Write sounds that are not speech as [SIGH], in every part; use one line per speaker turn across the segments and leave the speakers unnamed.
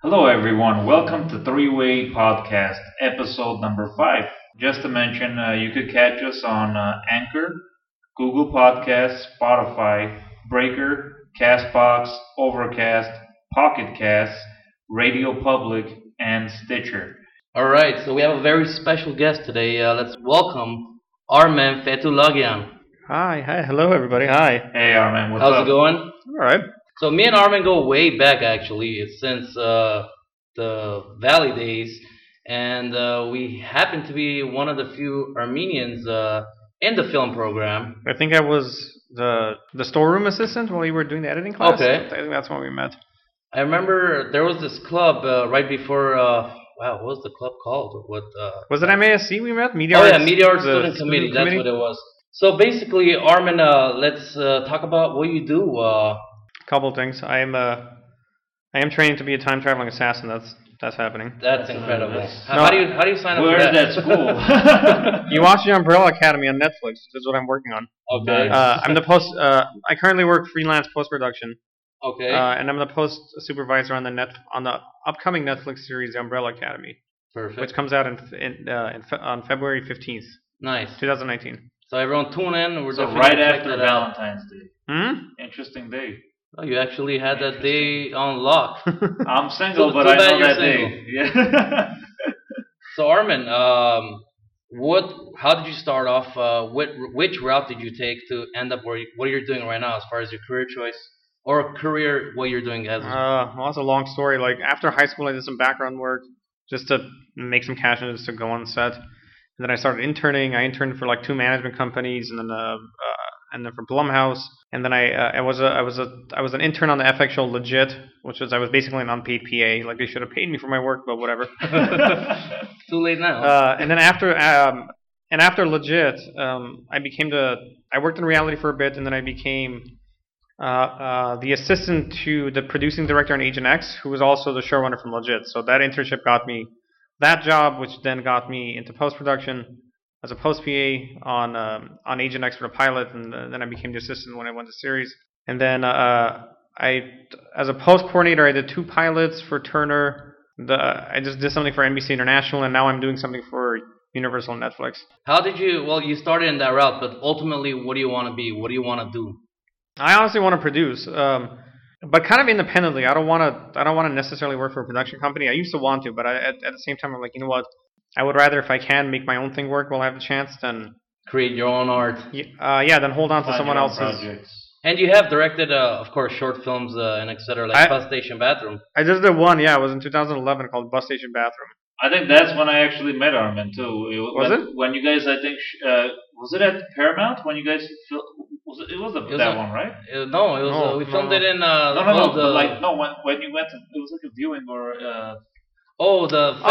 Hello, everyone. Welcome to Three Way Podcast, episode number five. Just to mention, uh, you could catch us on uh, Anchor, Google Podcasts, Spotify, Breaker, Castbox, Overcast, Pocket Casts, Radio Public, and Stitcher.
All right, so we have a very special guest today. Uh, let's welcome our man Fetulagian.
Hi, hi, hello everybody. Hi.
Hey, Armin, what's
How's
up?
it going?
All right.
So me and Armin go way back actually, since uh, the Valley days, and uh, we happen to be one of the few Armenians uh, in the film program.
I think I was the the storeroom assistant while you were doing the editing class.
Okay.
I think that's when we met.
I remember there was this club uh, right before. Uh, wow, what was the club called? What? Uh,
Was it MASC we met? Media
oh
Arts?
yeah, media arts
the
student, committee. That's what it was. So basically, Armin, uh, let's uh, talk about what you do. Uh,
Couple things. I am uh, I am training to be a time traveling assassin. That's that's happening.
That's
That's
incredible.
nice.
How,
No.
how do you how do you sign up
Where's
for [LAUGHS]
that
that?
school?
You watch the Umbrella Academy on Netflix. That's what I'm working on.
Okay.
Uh, I'm the post. Uh, I currently work freelance post production,
okay.
uh, and I'm the post supervisor on the net on the upcoming Netflix series The Umbrella Academy,
Perfect.
which comes out in in, uh, in fe- on February 15th,
nice.
2019.
So everyone tune in.
[LAUGHS]
We're
so
definitely
right
gonna check
after
that out.
Valentine's Day.
Hmm.
Interesting day.
Oh, you actually had that day on
[LAUGHS]
lock.
I'm single,
Too-
but
too
I
bad
know
you're
that
single.
day. [LAUGHS]
[LAUGHS]
Yeah.
So Armin, um, what? How did you start off? Uh, what? Which route did you take to end up where you, what you're doing right now, as far as your career choice or career what you're doing as?
Uh, well, that's a long story. Like after high school, I did some background work just to make some cash and just to go on set. And then I started interning. I interned for like two management companies, and then uh, uh and then for Blumhouse. And then I uh, I was a I was a I was an intern on the FX show Legit, which was I was basically an unpaid PA. Like they should have paid me for my work, but whatever.
Too late now.
Uh, and then after um, and after legit, um, I became the I worked in reality for a bit, and then I became uh, uh, the assistant to the producing director on Agent X, who was also the showrunner from Legit. So that internship got me that job, which then got me into post production as a post PA on um, on Agent X for the pilot, and uh, then I became the assistant when I won the series. And then uh, I, as a post coordinator, I did two pilots for Turner. The I just did something for NBC International, and now I'm doing something for Universal and Netflix.
how did you? Well, you started in that route, but ultimately, what do you want to be? What do you want to do?
I honestly want to produce, um, but kind of independently. I don't want to. I don't want to necessarily work for a production company. I used to want to, but I, at, at the same time, I'm like, you know what? I would rather, if I can, make my own thing work while I have the chance, than
Create your own art.
y- uh, yeah, then hold on to
Find
someone
your own
else's.
projects.
And you have directed, uh, of course, short films uh, and etc. Like
I-
Bus Station Bathroom.
I just did one. Yeah, it was in 2011 called Bus Station Bathroom.
I think that's when I actually met Armin too. It
Was
when, it when you guys? I think sh- uh, was it at Paramount when you guys? Fil- was it, it was, a,
was
that
a-
one, right?
Uh, no, it was
No,
uh, we
no,
filmed
no.
it in uh,
No, no, no.
oh, the
but like no, when when you went, to, it was like a viewing or uh,
oh the festival.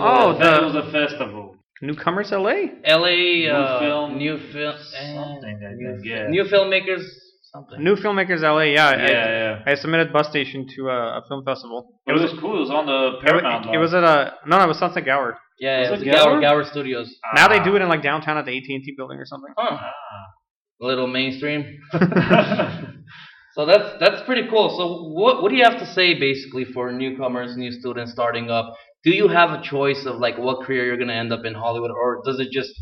Oh,
fe-
the-
it was a festival.
Newcomers LA.
L.A.
New
uh,
film-
new film eh,
something, I
new,
think, yeah.
new filmmakers something.
New Filmmakers LA. Yeah.
Yeah,
I-
yeah.
I, submitted Bus Station to a, a film festival.
It was, cool. It was on the
It,
Paramount.
wa- it was at a no, no, it was Sunset Gower.
yeah, yeah,
Was
it's
it
Gower
Gower?
Gower Studios.
Now they do it in like downtown at the AT&T building or something.
Huh. A little mainstream.
[LAUGHS]
Ah.
So that's that's pretty cool. So what what do you have to say basically for newcomers, new students starting up? Do you have a choice of like what career you're gonna end up in Hollywood, or does it just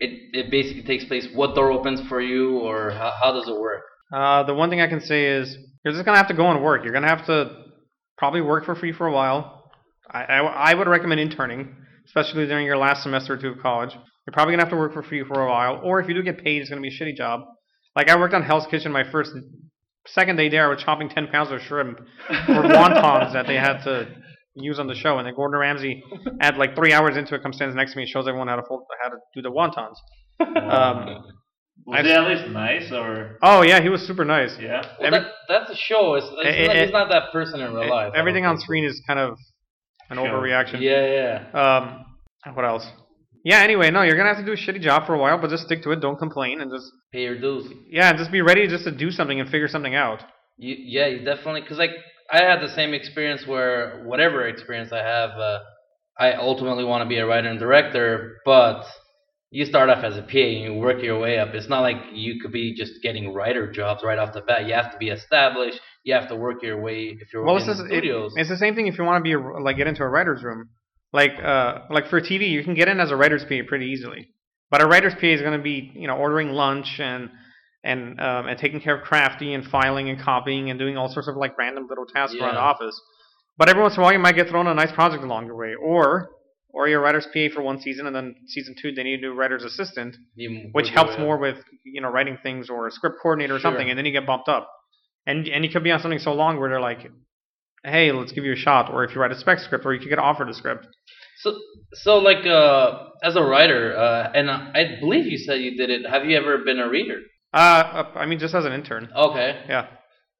it, it basically takes place what door opens for you, or how, how does it work?
Uh, the one thing I can say is you're just gonna have to go and work. You're gonna have to probably work for free for a while. I, I, I would recommend interning, especially during your last semester or two of college. You're probably gonna have to work for free for a while, or if you do get paid, it's gonna be a shitty job. Like I worked on Hell's Kitchen my first, second day there, I was chopping 10 pounds of shrimp or wontons
[LAUGHS]
that they had to use on the show, and then Gordon Ramsay, at like three hours into it, comes stands next to me and shows everyone how to fold, how to do the wontons. Um,
was
I've-
it at least nice or
oh yeah, he was super nice.
yeah?
Well,
Every-
that, that's a show. It's, it's,
Eh,
not,
eh,
it's not that person in real life. I
Everything
don't
on screen is kind of an
Show.
overreaction.
think. Yeah, yeah.
Um, what else? Yeah. Anyway, no, you're gonna have to do a shitty job for a while, but just stick to it. Don't complain, and just
Pay your dues.
yeah, and just be ready just to do something and figure something out.
You, yeah, you definitely. Cause like I had the same experience where whatever experience I have, uh, I ultimately want to be a writer and director. But you start off as a PA and you work your way up. It's not like you could be just getting writer jobs right off the bat. You have to be established. you have to work your way if you're
Well,
in
this is it-
studios.
It's the same thing if you want to be a, like get into a writer's room. Like uh, like for TV, you can get in as a writer's PA pretty easily. But a writer's PA is going to be you know ordering lunch and and um, and taking care of crafty and filing and copying and doing all sorts of like random little tasks around the
Yeah.
office. But every once in a while, you might get thrown a nice project along the way, or or you're a writer's PA for one season, and then season two they need a new writer's assistant,
You
which
work your
helps
way up.
more with you know writing things or a script coordinator or
Sure.
something, and then you get bumped up, and and you could be on something so long where they're like, hey, let's give you a shot, or if you write a spec script, or you could get offered a script.
So, so like uh, as a writer, uh, and I believe you said you did it. Have you ever been a reader?
Uh, uh, I mean, just as an intern,
Okay.
yeah.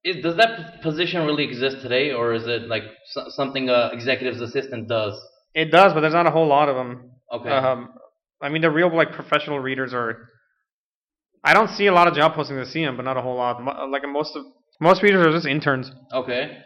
Is, does that p- position really exist today, or is it like so, something a executive's assistant does?
It does, but there's not a whole lot of them.
Okay.
Um, I mean, the real like professional readers are. I don't see a lot of job postings that see them, but not a whole lot. Mo- Like most of most readers are just interns
Okay.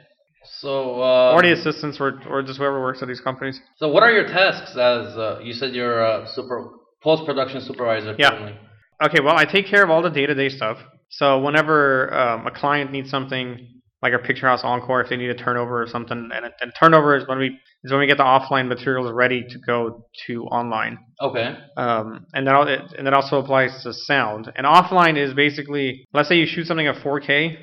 So. Uh,
or the assistants or or just whoever works at these companies.
So, what are your tasks? As uh, you said, you're a super post production supervisor.
Yeah.
Currently.
Okay, well, I take care of all the day to day stuff. So whenever um, a client needs something like a picture house encore, if they need a turnover or something, and, and turnover is when we is when we get the offline materials ready to go to online.
Okay.
Um, and that al- it- and that also applies to sound. And offline is basically, let's say you shoot something at 4K,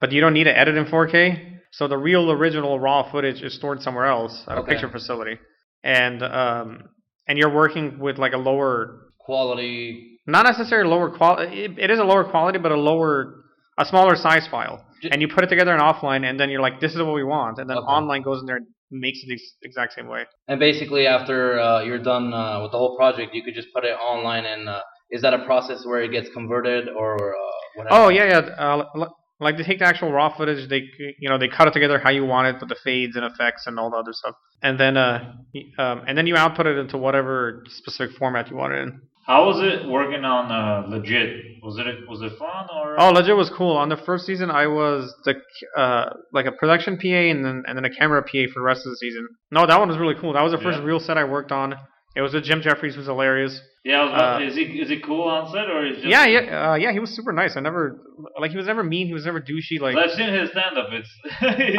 but you don't need to edit in 4K, so the real original raw footage is stored somewhere else at a
Okay.
picture facility, and um, and you're working with like a lower,
Quality.
not necessarily lower quality. It, it is a lower quality, but a lower, a smaller size file,
Ju-
and you put it together in offline, and then you're like, this is what we want, and then
Okay.
online goes in there and makes it the ex- exact same way.
And basically, after uh, you're done uh, with the whole project, you could just put it online. And uh, is that a process where it gets converted or uh, whatever?
Oh yeah, yeah. Uh, l- like they take the actual raw footage, they c- you know they cut it together how you want it with the fades and effects and all the other stuff, and then uh y- um, and then you output it into whatever specific format you want it in.
How was it working on uh, legit? Was it was it fun or?
Oh, legit was cool. On the first season, I was the c- uh like a production PA and then and then a camera PA for the rest of the season. No, that one was really cool. That was the first
Yeah.
real set I worked on. It was with Jim Jeffries, who's hilarious.
yeah, I was about-
uh,
is he is he cool on set or is just?
Yeah, yeah, uh, yeah. He was super nice. I never like he was never mean. He was never douchey. Like
I've seen his stand up. It's.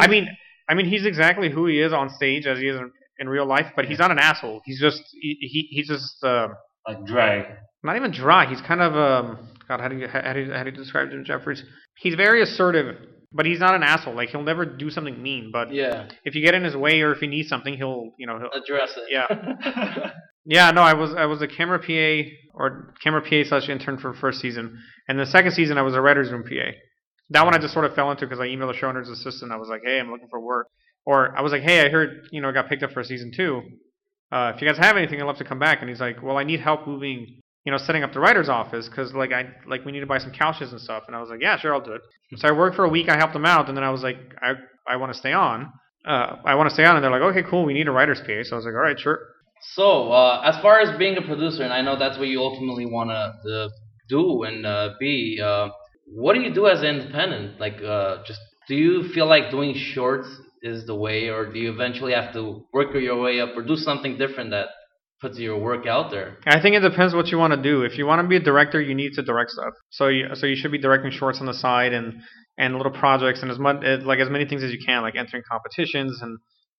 [LAUGHS]
I mean, I mean, he's exactly who he is on stage as he is in, in real life, but he's not an asshole. He's just he, he he's just uh,
like drag.
not even dry. He's kind of um God, how do you how do you, how do you describe Jim Jeffries? He's very assertive, but he's not an asshole. Like he'll never do something mean, but
Yeah.
if you get in his way or if he needs something, he'll you know he'll,
Address it.
yeah.
[LAUGHS]
Yeah, no, I was I was a camera PA or camera PA slash intern for the first season, and the second season I was a writers room PA. That one I just sort of fell into because I emailed the show owner's assistant. I was like, hey, I'm looking for work, or I was like, hey, I heard you know I got picked up for season two. Uh, if you guys have anything, I'd love to come back. And he's like, well, I need help moving, you know, setting up the writer's office because like I like we need to buy some couches and stuff. And I was like, yeah, sure, I'll do it. So I worked for a week. I helped them out, and then I was like, I I want to stay on. Uh, I want to stay on, and they're like, okay, cool, we need a writer's PA. So I was like, all right, sure.
So, uh, as far as being a producer, and I know that's what you ultimately want to uh, do and uh, be, uh, what do you do as an independent? Like, uh, just do you feel like doing shorts is the way, or do you eventually have to work your way up or do something different that puts your work out there?
I think it depends what you want to do. If you want to be a director, you need to direct stuff. So you so you should be directing shorts on the side and and little projects and as much eh, like as many things as you can, like entering competitions and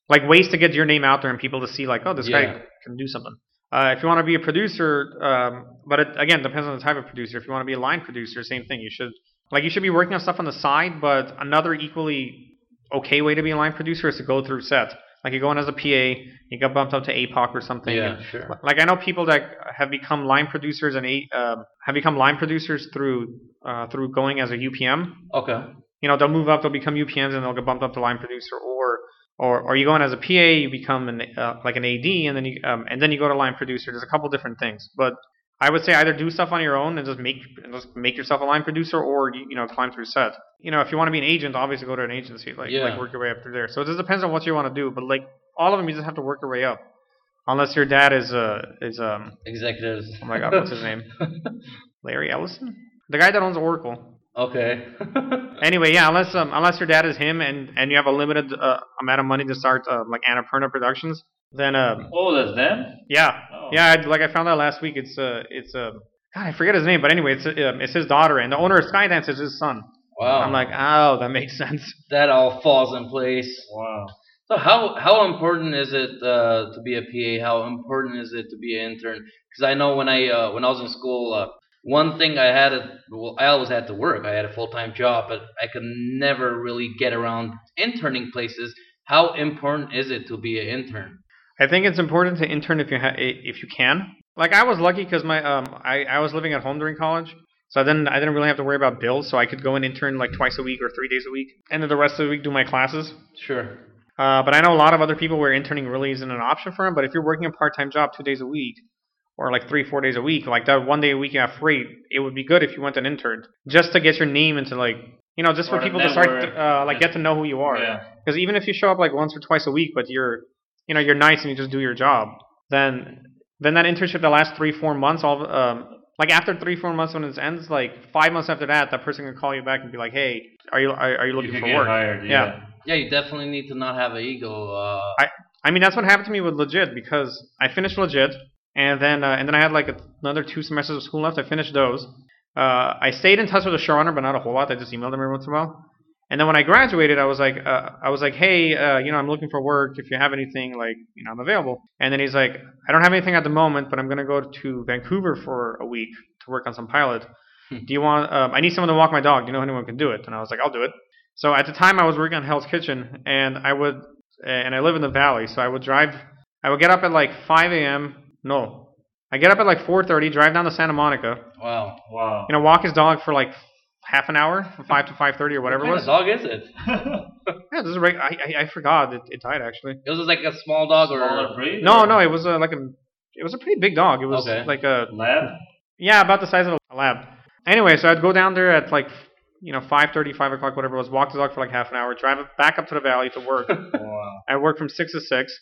like ways to get your name out there and people to see like, oh, this
Yeah.
guy can do something. Uh, if you want to be a producer, um, but it again depends on the type of producer. If you want to be a line producer, same thing. You should like you should be working on stuff on the side. But another equally okay way to be a line producer is to go through set. Like you go in as a PA, you get bumped up to APOC or something. and
Yeah, sure.
like I know people that have become line producers and eight, um, have become line producers through uh, through going as a UPM.
Okay.
You know, they'll move up, they'll become UPMs, and they'll get bumped up to line producer. Or or or you go in as a PA, you become an uh, like an AD, and then you um, and then you go to line producer. There's a couple different things, but I would say either do stuff on your own and just make and just make yourself a line producer, or you you know climb through set. You know, if you want to be an agent, obviously go to an agency, like
Yeah.
like work your way up through there. So it just depends on what you want to do, but like all of them, you just have to work your way up. Unless your dad is uh, is um
Executives.
Oh my god, what's his name? Larry Ellison? The guy that owns Oracle.
[LAUGHS] okay. [LAUGHS]
Anyway, yeah, unless um, unless your dad is him and, and you have a limited uh, amount of money to start uh, like Annapurna Productions, then um,
oh, that's them.
yeah,
Oh.
yeah, I, like I found out last week. uh, It's uh, it's um, God, I forget his name, but anyway, it's um, it's his daughter and the owner of Skydance is his son.
Wow.
I'm like, oh, that makes [LAUGHS] sense.
that all falls in place.
Wow.
So how how important is it uh, to be a PA? How important is it to be an intern? Because I know when I uh, when I was in school, uh, one thing I had a, well, I always had to work. I had a full time job, but I could never really get around interning places. How important is it to be an intern?
I think it's important to intern if you ha- i- if you can. Like I was lucky because my um I, I was living at home during college, so I didn't I didn't really have to worry about bills, so I could go and intern like twice a week or three days a week, and then the rest of the week do my classes.
Sure.
Uh, but I know a lot of other people where interning really isn't an option for them. But if you're working a part-time job two days a week, or like three four days a week, like that one day a week you have free, it would be good if you went and interned just to get your name into like you know just for
Or to
people to start
network.
to, uh, like get to know who you are.
Yeah.
Because even if you show up like once or twice a week, but you're, you know, you're nice and you just do your job, then then that internship that lasts three four months, all of- um, like after three four months when it ends, like five months after that, that person can call you back and be like, hey, are you are, are you looking
you could
for
get
work?
hired.
Yeah.
Yeah.
Yeah, you definitely need to not have an ego. Uh,
I mean, that's what happened to me with legit because I finished legit, and then uh, and then I had like another two semesters of school left. I finished those. Uh, I stayed in touch with the showrunner, but not a whole lot. I just emailed him every once in a while. And then when I graduated, I was like, uh, I was like, hey, uh, you know, I'm looking for work. If you have anything, like, you know, I'm available. And then he's like, I don't have anything at the moment, but I'm gonna go to Vancouver for a week to work on some pilot.
Hmm.
Do you want? Um, I need someone to walk my dog. Do you know anyone who can do it? And I was like, I'll do it. So at the time, I was working on Hell's Kitchen, and I would and I live in the valley, so I would drive. I would get up at like 5 a.m. No, I get up at like 4:30, drive down to Santa Monica,
wow.
Wow.
you know, walk his dog for like half an hour, from 5 to 5:30 or whatever
what
it
kind of
was.
dog is it?
Yeah, this is right. I, I, I forgot it, it died actually.
It was like a small dog or
Smaller breed?
No,
or
no, it was uh, like a. It was a pretty big dog. It was
Okay.
like a
Lab.
[LAUGHS] yeah, about the size of a lab. Anyway, so I'd go down there at like you know 5:30, 5 o'clock, whatever it was. Walk the dog for like half an hour, drive back up to the valley to work.
Wow.
I work from six to six,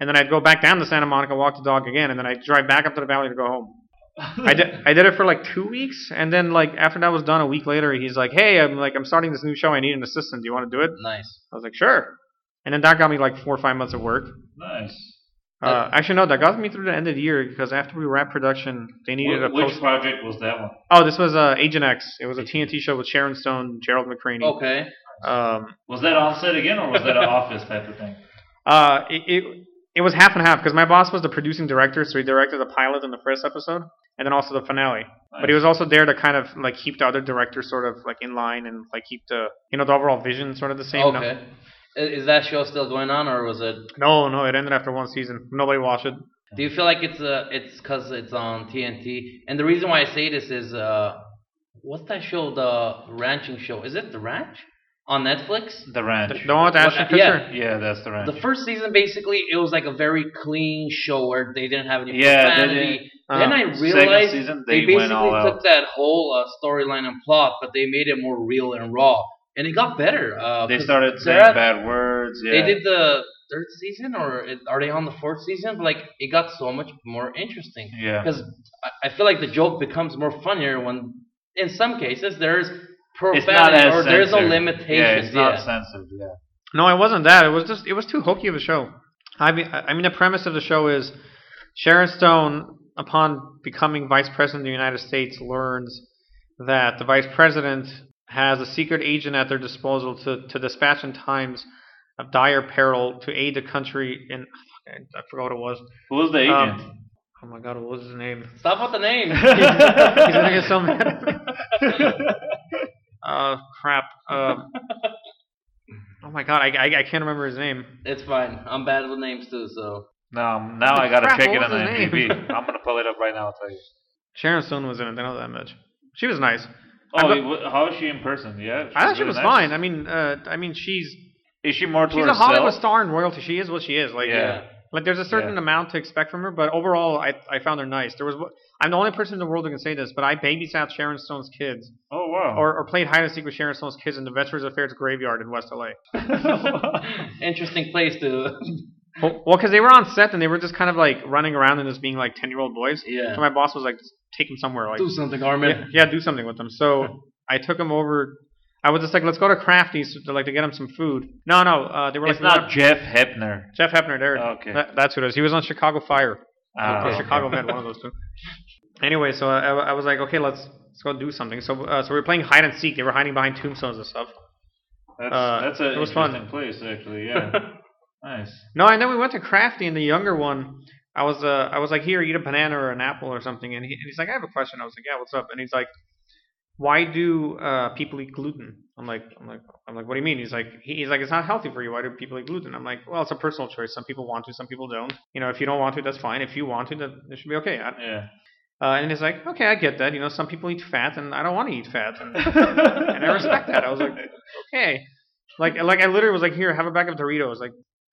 and then I'd go back down to Santa Monica, walk the dog again, and then I'd drive back up to the valley to go home. I did I did it for like two weeks, and then like after that was done, a week later, he's like, "Hey, I'm like I'm starting this new show. I need an assistant. Do you want to do it?"
nice.
I was like, "Sure." And then that got me like four or five months of work.
[LAUGHS] nice.
Uh, actually, no, that got me through the end of the year because after we wrapped production, they needed
Wh-
a post.
Which project was that one?
Oh, this was uh, Agent X. It was a TNT show with Sharon Stone, Gerald McCraney.
Okay.
Um,
Was that on set again, or was that an
[LAUGHS]
office type of thing?
Uh, it, it it was half and half because my boss was the producing director, so he directed the pilot and the first episode, and then also the finale. But he was also there to kind of like keep the other directors sort of like in line and like keep the you know the overall vision sort of the same. No-
Okay. I- Is that show still going on, or was it?
No, no, it ended after one season. Nobody watched it.
Do you feel like it's uh, it's because it's on TNT? And the reason why I say this is, uh, what's that show? The ranching show. Is it The Ranch on Netflix?
the ranch.
The one with Ashton
What- yeah.
Kutcher.
yeah, that's the ranch.
The first season, basically, it was like a very clean show where they didn't have any
Yeah, they
profanity.
Uh,
then I
Second
realized
season,
they,
they, went
basically
all out.
took that whole uh, storyline and plot, but they made it more real and raw, and it got better. Uh,
They
'cause
started saying
Sarah-
bad words. Yeah.
They did the third season, or it- are they on the fourth season? But like, it got so much more interesting
Yeah.
because I, I feel like the joke becomes more funnier when, in some cases, there's
It's not
profanity
as
or there's no
censored.
limitations.
Yeah, it's not
yeah.
censored. Yeah.
No, it wasn't that. It was just it was too hokey of a show. I mean, I I mean the premise of the show is Sharon Stone, upon becoming vice president of the United States, learns that the vice president has a secret agent at their disposal to, to dispatch in times of dire peril to aid the country in I forgot what it was.
Who was the
[LAUGHS]
Um,
agent?
Oh my god, what was his name?
Stop with the
[LAUGHS]
name.
[LAUGHS] He's gonna get so mad at me. Uh, crap. Um, oh my god, I, I, I can't remember his name.
it's fine. I'm bad with names too, so
no, um, now I gotta
Crap,
check
what
it on
was his
IMDb. [LAUGHS]
name?
I'm gonna pull it up right now. I'll tell you.
Sharon Stone was in it. I know that much. She was nice.
Oh,
I've got-
wait, wh- how is she in person? Yeah.
I thought she
really
was
nice?
fine. I mean, uh, I mean, she's
Is she more to
she's a
herself?
Hollywood star and royalty. She is what she is. Like,
Yeah.
like there's a certain amount to expect from her, but overall, I I found her nice. There was one- I'm the only person in the world who can say this, but I babysat Sharon Stone's kids,
Oh wow. [LAUGHS]
or, [LAUGHS] or played hide and seek with Sharon Stone's kids in the Veterans Affairs graveyard in West LA.
interesting place to. [LAUGHS]
Oh.
Well, well, because they were on set and they were just kind of like running around and just being like ten year old boys.
yeah.
So my boss was like, take them somewhere. Like,
Do something, Armin.
yeah, yeah, do something with them. So I took them over. I was just like, let's go to Crafty's to like to get them some food. No, no, uh, they were
it's
like,
not Jeff Hepner.
Jeff Hepner. There,
Okay.
that, that's who it is. He was on Chicago Fire
Ah,
or
okay.
Chicago Med, one of those two. anyway, so I, I was like, okay, let's let's go do something. So uh, so we were playing hide and seek. They were hiding behind tombstones and stuff.
That's
Uh,
that's an
it was
interesting
fun.
place actually.
[LAUGHS]
Yeah. nice.
No, and then we went to Crafty and the younger one. I was uh, I was like, here, eat a banana or an apple or something. And, he, and he's like, I have a question. I was like, yeah, what's up? And he's like, why do uh, people eat gluten? I'm like, I'm like, I'm like, what do you mean? He's like, he- he's like, it's not healthy for you. Why do people eat gluten? I'm like, well, it's a personal choice. Some people want to, some people don't. You know, if you don't want to, that's fine. If you want to, that it should be okay. I,
Yeah.
uh, and he's like, okay, I get that. You know, some people eat fat, and I don't want to eat fat, and, and I respect that. I was like, okay, like like I literally was like, here, have a bag of Doritos. Like,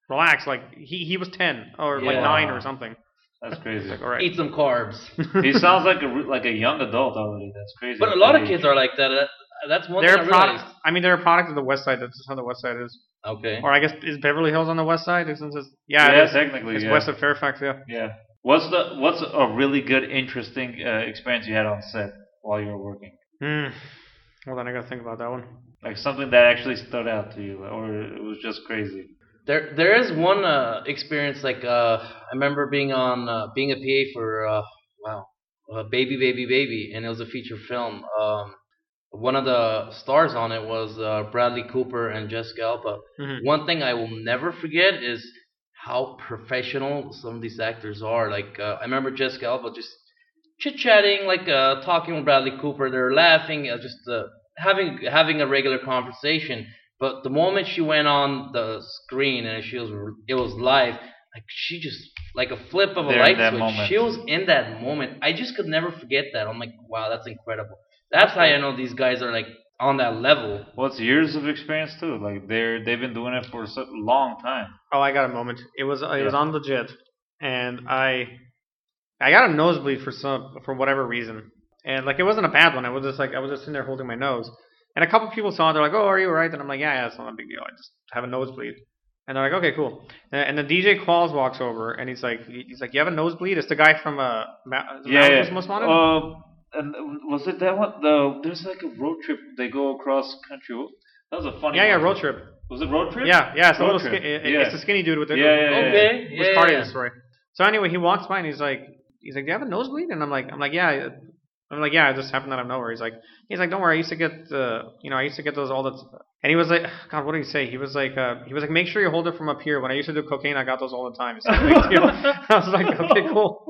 relax. Like he he was ten or like
Yeah.
nine or something.
That's crazy.
Like, all right.
Eat some
[LAUGHS]
carbs.
he
[LAUGHS]
sounds like a re- like a young adult already. That's crazy.
But a lot of kids are like that. Uh, That's one
They're
thing
a
I
product.
realized.
I mean, they're a product of the West Side. That's just how the West Side is.
Okay.
Or I guess is Beverly Hills on the West Side? Since it's, yeah,
Yeah,
it is.
technically.
it's
yeah.
west of Fairfax. Yeah.
yeah. What's the what's a really good interesting uh, experience you had on set while you were working?
Hmm. Well, then I gotta think about that one.
Like something that actually stood out to you, or it was just crazy.
There, there is one uh, experience like uh, I remember being on uh, being a PA for uh, wow, uh, baby, baby, baby, and it was a feature film. Um, one of the stars on it was uh, Bradley Cooper and Jessica Alba.
Mhm.
Hmm.
One thing I will never forget is how professional some of these actors are. Like uh, I remember Jessica Alba just chit chatting, like uh, talking with Bradley Cooper. They're laughing, uh, just uh, having having a regular conversation. But the moment she went on the screen and she was it was live, like she just like a flip of a
They're in
light
that
switch.
moment.
She was in that moment. I just could never forget that. I'm like, wow, that's incredible. That's how I know these guys are like on that level.
Well, it's years of experience too. Like they're they've been doing it for such a long time.
Oh, I got a moment. It was it was
Yeah.
on legit, and I I got a nosebleed for some for whatever reason, and like it wasn't a bad one. I was just like I was just sitting there holding my nose, and a couple people saw it. They're like, "Oh, are you alright?" And I'm like, "Yeah, yeah, it's not a big deal. I just have a nosebleed." And they're like, "Okay, cool." And, and the DJ Qualls walks over, and he's like, "He's like, you have a nosebleed?" It's the guy from uh, Ma- is it
Yeah,
Malibu's
yeah.
Most Wanted.
Um, and was it that one? The there's like a road trip. They go across country. That was a funny.
yeah, yeah,
one.
road trip.
Was it road trip?
Yeah, yeah, it's a
Road
little skin,
trip.
it,
Yeah.
it's the skinny dude with the
Yeah, yeah, yeah.
Okay.
was part of the story. So anyway, he walks by and he's like, he's like, "Do you have a nosebleed?" And I'm like, I'm like, yeah. I'm like, yeah, it just happened out of nowhere. He's like, he's like, don't worry, I used to get, uh, you know, I used to get those all the, t-. and he was like, [SIGHS] God, what did he say? He was like, uh, he was like, make sure you hold it from up here. When I used to do cocaine, I got those all the time. It's not a
[LAUGHS]
big deal. [LAUGHS] I was like, okay, cool.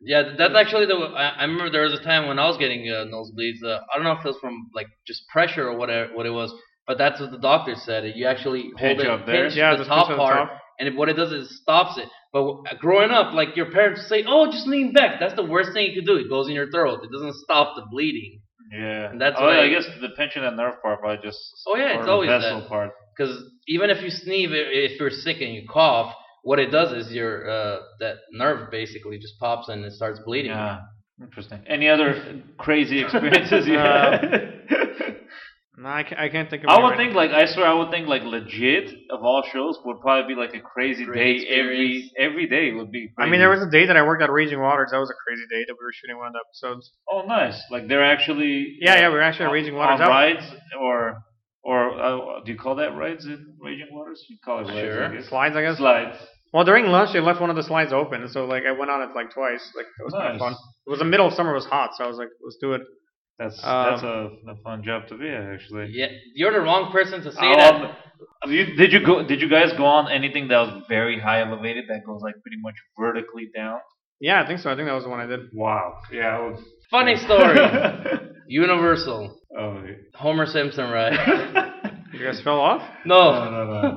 Yeah, th- that's actually the. I, I remember there was a time when I was getting uh, nosebleeds. Uh, I don't know if it was from like just pressure or whatever what it was, but that's what the doctor said. You actually
Pinch
hold it,
up there?
pinch
Yeah,
the
just
top
pinch on the
part,
top.
and it, what it does is it stops it. But w- growing up, like your parents say, "Oh, just lean back." That's the worst thing you could do. It goes in your throat. It doesn't stop the bleeding.
Yeah.
And that's
oh,
what
yeah, I,
I-
guess the pinching and nerve part, but just
Oh, yeah,
or
it's
the
always
vessel
that.
part.
Because even if you sneeze, i- if you're sick and you cough, what it does is your uh, that nerve basically just pops and it starts bleeding.
Yeah. Interesting. Any other crazy experiences
[LAUGHS]
you
Uh,
had? [LAUGHS]
No, I can't, I can't think of.
I
any
would
right
think like I swear I would think like legit of all shows would probably be like a crazy
Great
day
experience.
every every day would be.
now. I
Crazy.
mean, there was a day that I worked at Raging Waters. That was a crazy day that we were shooting one of the episodes.
oh nice like they're actually uh,
Yeah, yeah, we were actually at Raging Waters.
on
That-
rides or or uh, do you call that rides in Raging Waters? You call it rides,
Sure.
I guess.
Slides, I guess.
Slides.
Well, during lunch, they left one of the slides open, so like I went on it like twice. Like it was kind
Nice.
of fun. It was the middle of summer, it was hot, so I was like, let's do it.
That's
Um,
that's a, a fun job to be at actually.
Yeah, you're the wrong person to say that.
Um, you, did you go? Did you guys go on anything that was very high elevated that goes like pretty much vertically down?
Yeah, I think so. I think that was the one I did.
Wow. Yeah. I would-
Funny story.
[LAUGHS]
Universal.
oh. [LAUGHS] wait.
Homer Simpson ride.
no,
You guys fell off?
[LAUGHS] No,
Oh, no, no.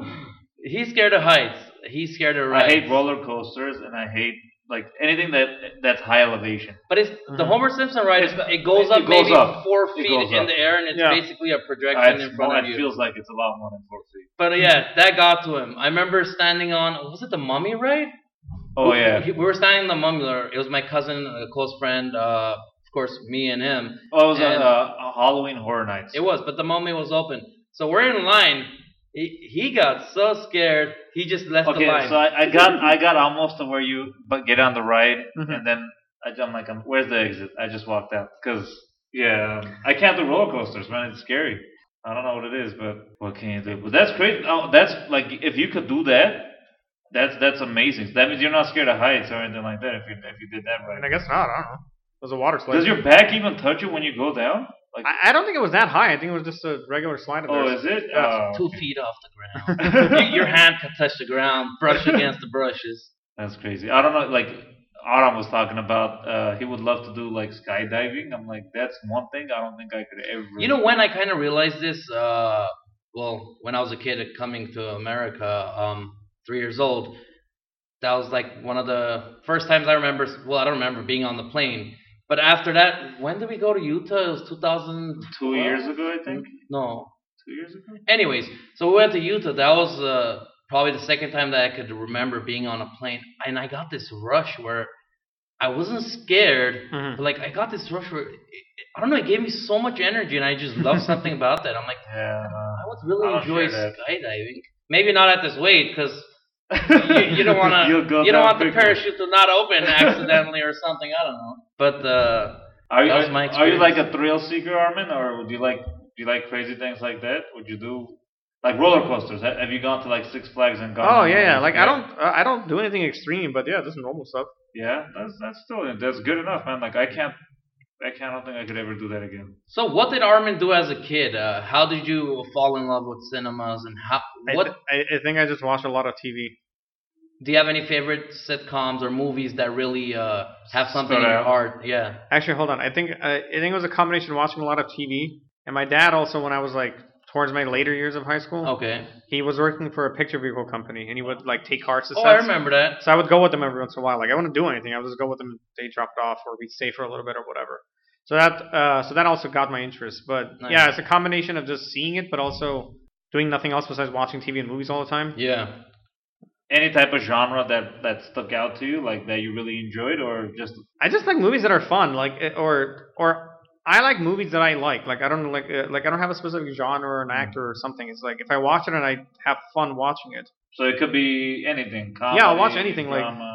[LAUGHS]
he's scared of heights. He's scared of
I
rides.
hate roller coasters and I hate like anything that that's high elevation.
But it's the
Mhm.
Homer Simpson ride. Is,
It's-
it goes
it
up
goes
maybe
up.
four
It
feet
goes
in
up.
the air, and it's
Yeah,
basically a projection
It's
in
more-
front of
it
you.
feels like it's a lot more than four feet.
but yeah, that got to him. I remember standing on. Was it the Mummy ride?
Oh
We-
yeah.
We were standing in the Mummy. ride. It was my cousin, a close friend. Uh, of course, me and him.
Oh, it was on
And-
uh, Halloween Horror Nights.
It was, but the mummy was open. So we're in line. He, he got so scared, he just left
okay,
the line.
so I, I got I got almost to where you but get on the ride
Mm-hmm.
Mhm.
and then I, I'm like, I'm, where's the exit? I just walked out because yeah, I can't do roller coasters, man. It's scary. I don't know what it is, but what can you do? But that's great. Oh, that's like if you could do that, That's that's amazing. That means you're not scared of heights or anything like that. If you if you did that
And I
right.
guess not. I don't know. It was a water slide.
Does your back even touch it when you go down? Like
I, I don't think it was that high. I think it was just a regular slide. of
oh,
theirs.
is it?
Yeah,
Oh,
two
okay.
feet off
[LAUGHS]
the [LAUGHS] ground. Y- Your hand could touch the ground, brush against the brushes.
That's crazy. I don't know. Like Aram was talking about, uh, he would love to do like skydiving. I'm like, that's one thing I don't think I could ever.
You know when I kind of realized this? Uh, well, when I was a kid uh, coming to America, um, three years old, that was like one of the first times I remember. Well, I don't remember being on the plane, but after that, when did we go to Utah? It was 2000.
two years ago, I think.
No.
Two years ago.
Anyways, so we went to Utah. That was uh, probably the second time that I could remember being on a plane, and I got this rush where I wasn't scared.
Mhm.
But like I got this rush where I don't know, it gave me so much energy, and I just
[LAUGHS]
love something about that. I'm like,
Yeah.
I would really
I don't
enjoy
share that.
skydiving. Maybe not at this weight, because
[LAUGHS]
you, you don't want to.
You'll go
You don't
down
want the
quickly.
parachute to
[LAUGHS]
not open accidentally or something. I don't know. But uh,
Are you,
That was my
are you like
experience.
a thrill seeker, Armin, or do you like do you like crazy things like that? Would you do like roller coasters? Ha- Have you gone to like Six Flags and gone?
Oh
on
yeah, yeah.
those?
Like I don't, uh, I don't do anything extreme, but yeah, just normal stuff.
Yeah, that's that's still that's good enough, man. Like I can't, I can't. I don't think I could ever do that again.
so, what did Armin do as a kid? Uh, how did you fall in love with cinemas, and how?
I
What
th- I, I think I just watched a lot of TV.
do you have any favorite sitcoms or movies that really uh, have something
Stood
in your
out.
heart? Yeah.
Actually, hold on. I think uh, I think it was a combination of watching a lot of TV and my dad also when I was like towards my later years of high school,
Okay.
he was working for a picture vehicle company and he would like take cars to
Oh,
sets.
I remember that.
So I would go with them every once in a while. Like I wouldn't do anything. I would just go with them. They dropped off, or we'd stay for a little bit, or whatever. So that uh, so that also got my interest. But
Nice.
yeah, it's a combination of just seeing it, but also doing nothing else besides watching TV and movies all the time.
Yeah.
Any type of genre that that stuck out to you, like that you really enjoyed, or just
I just like movies that are fun, like eh, or or I like movies that I like. Like I don't like uh, like I don't have a specific genre or
Mm.
an actor or something. It's like if I watch it and I have fun watching it.
so it could be anything. Comedy,
Yeah, I'll watch anything, like-
drama.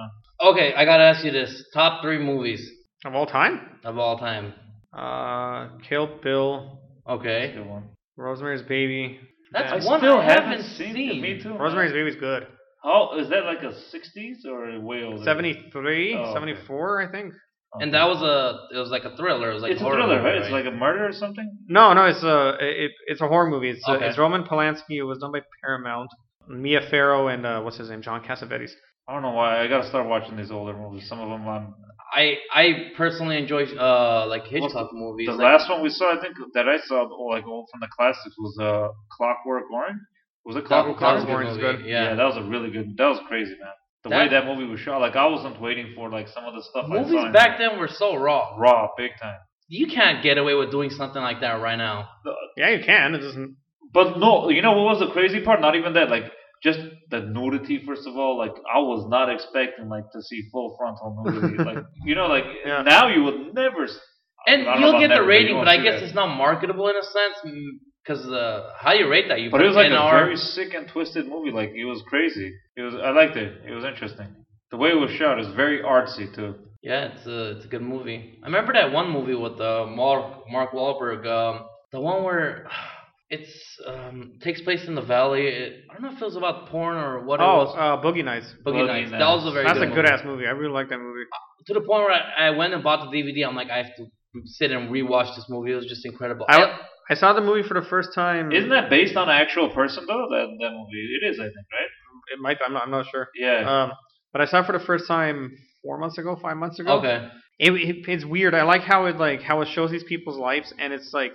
Okay, I gotta ask you this: top three movies
Of all time,
of all time.
uh, Kill Bill,
That's a
Okay.
good one.
Rosemary's Baby.
That's
Yeah.
one
Still
I haven't
seen.
seen.
It. Me
Oh,
too. man.
Rosemary's Baby's good.
How is that like a 60s or way older?
73,
Oh, okay.
74, I think.
Okay.
And that was a it was like a thriller. It was like
it's a
horror
thriller,
movie,
right? It's like a murder or something.
No, no, it's a it, it's a horror movie. It's, uh,
Okay.
it's Roman Polanski. It was done by Paramount. Mia Farrow and uh, what's his name, John Cassavetes.
I don't know why. I gotta start watching these older movies. Some of them I'm
I I personally enjoy uh like Hitchcock movies.
The
like-
last one we saw, I think that I saw, oh, like old from the classics, was uh, Clockwork Orange. Was it
that-
Clockwork
that was
Orange?
a
Clockwork Orange
movie,
is good.
Yeah.
that was a really good. That was crazy, man. The way
That-
that movie was shot, like I wasn't waiting for like some of the stuff. I saw
movies
in
back
it.
then were so raw.
raw, big time.
You can't get away with doing something like that right now.
Yeah, you can. It doesn't.
But no, you know what was the crazy part? Not even that. Like just the nudity. First of all, like I was not expecting like to see full frontal
[LAUGHS]
nudity. like you know, like
Yeah.
now you would never. s-
And
I don't know
you'll
about
get the
Netflix, you
rating,
won't
but I
see
guess
that.
it's not marketable in a sense mm, because uh, how you rate that you.
But
put
it was like a
NR.
very sick and twisted movie. Like it was crazy. It was. I liked it. It was interesting. The way it was shot is very artsy too.
Yeah, it's a it's a good movie. I remember that one movie with uh, Mark Mark Wahlberg, um, the one where [SIGHS] it's um, takes place in the valley. It, I don't know if it was about porn or what.
Oh,
it was.
uh, Boogie Nights.
Boogie
Boogie
Nights. That
Nights.
was a very
That's
good
a
movie.
good ass movie. I really like that movie.
to the point where I, I went and bought the DVD. I'm like, I have to sit and rewatch this movie. It was just incredible.
I I saw the movie for the first time.
Isn't that based on an actual person though? That that movie. It is, I think, right?
it? Might I'm not, I'm not sure.
Yeah.
Um, but I saw it for the first time four months ago, five months ago.
okay.
It, it, it's weird. I like how it like how it shows these people's lives, and it's like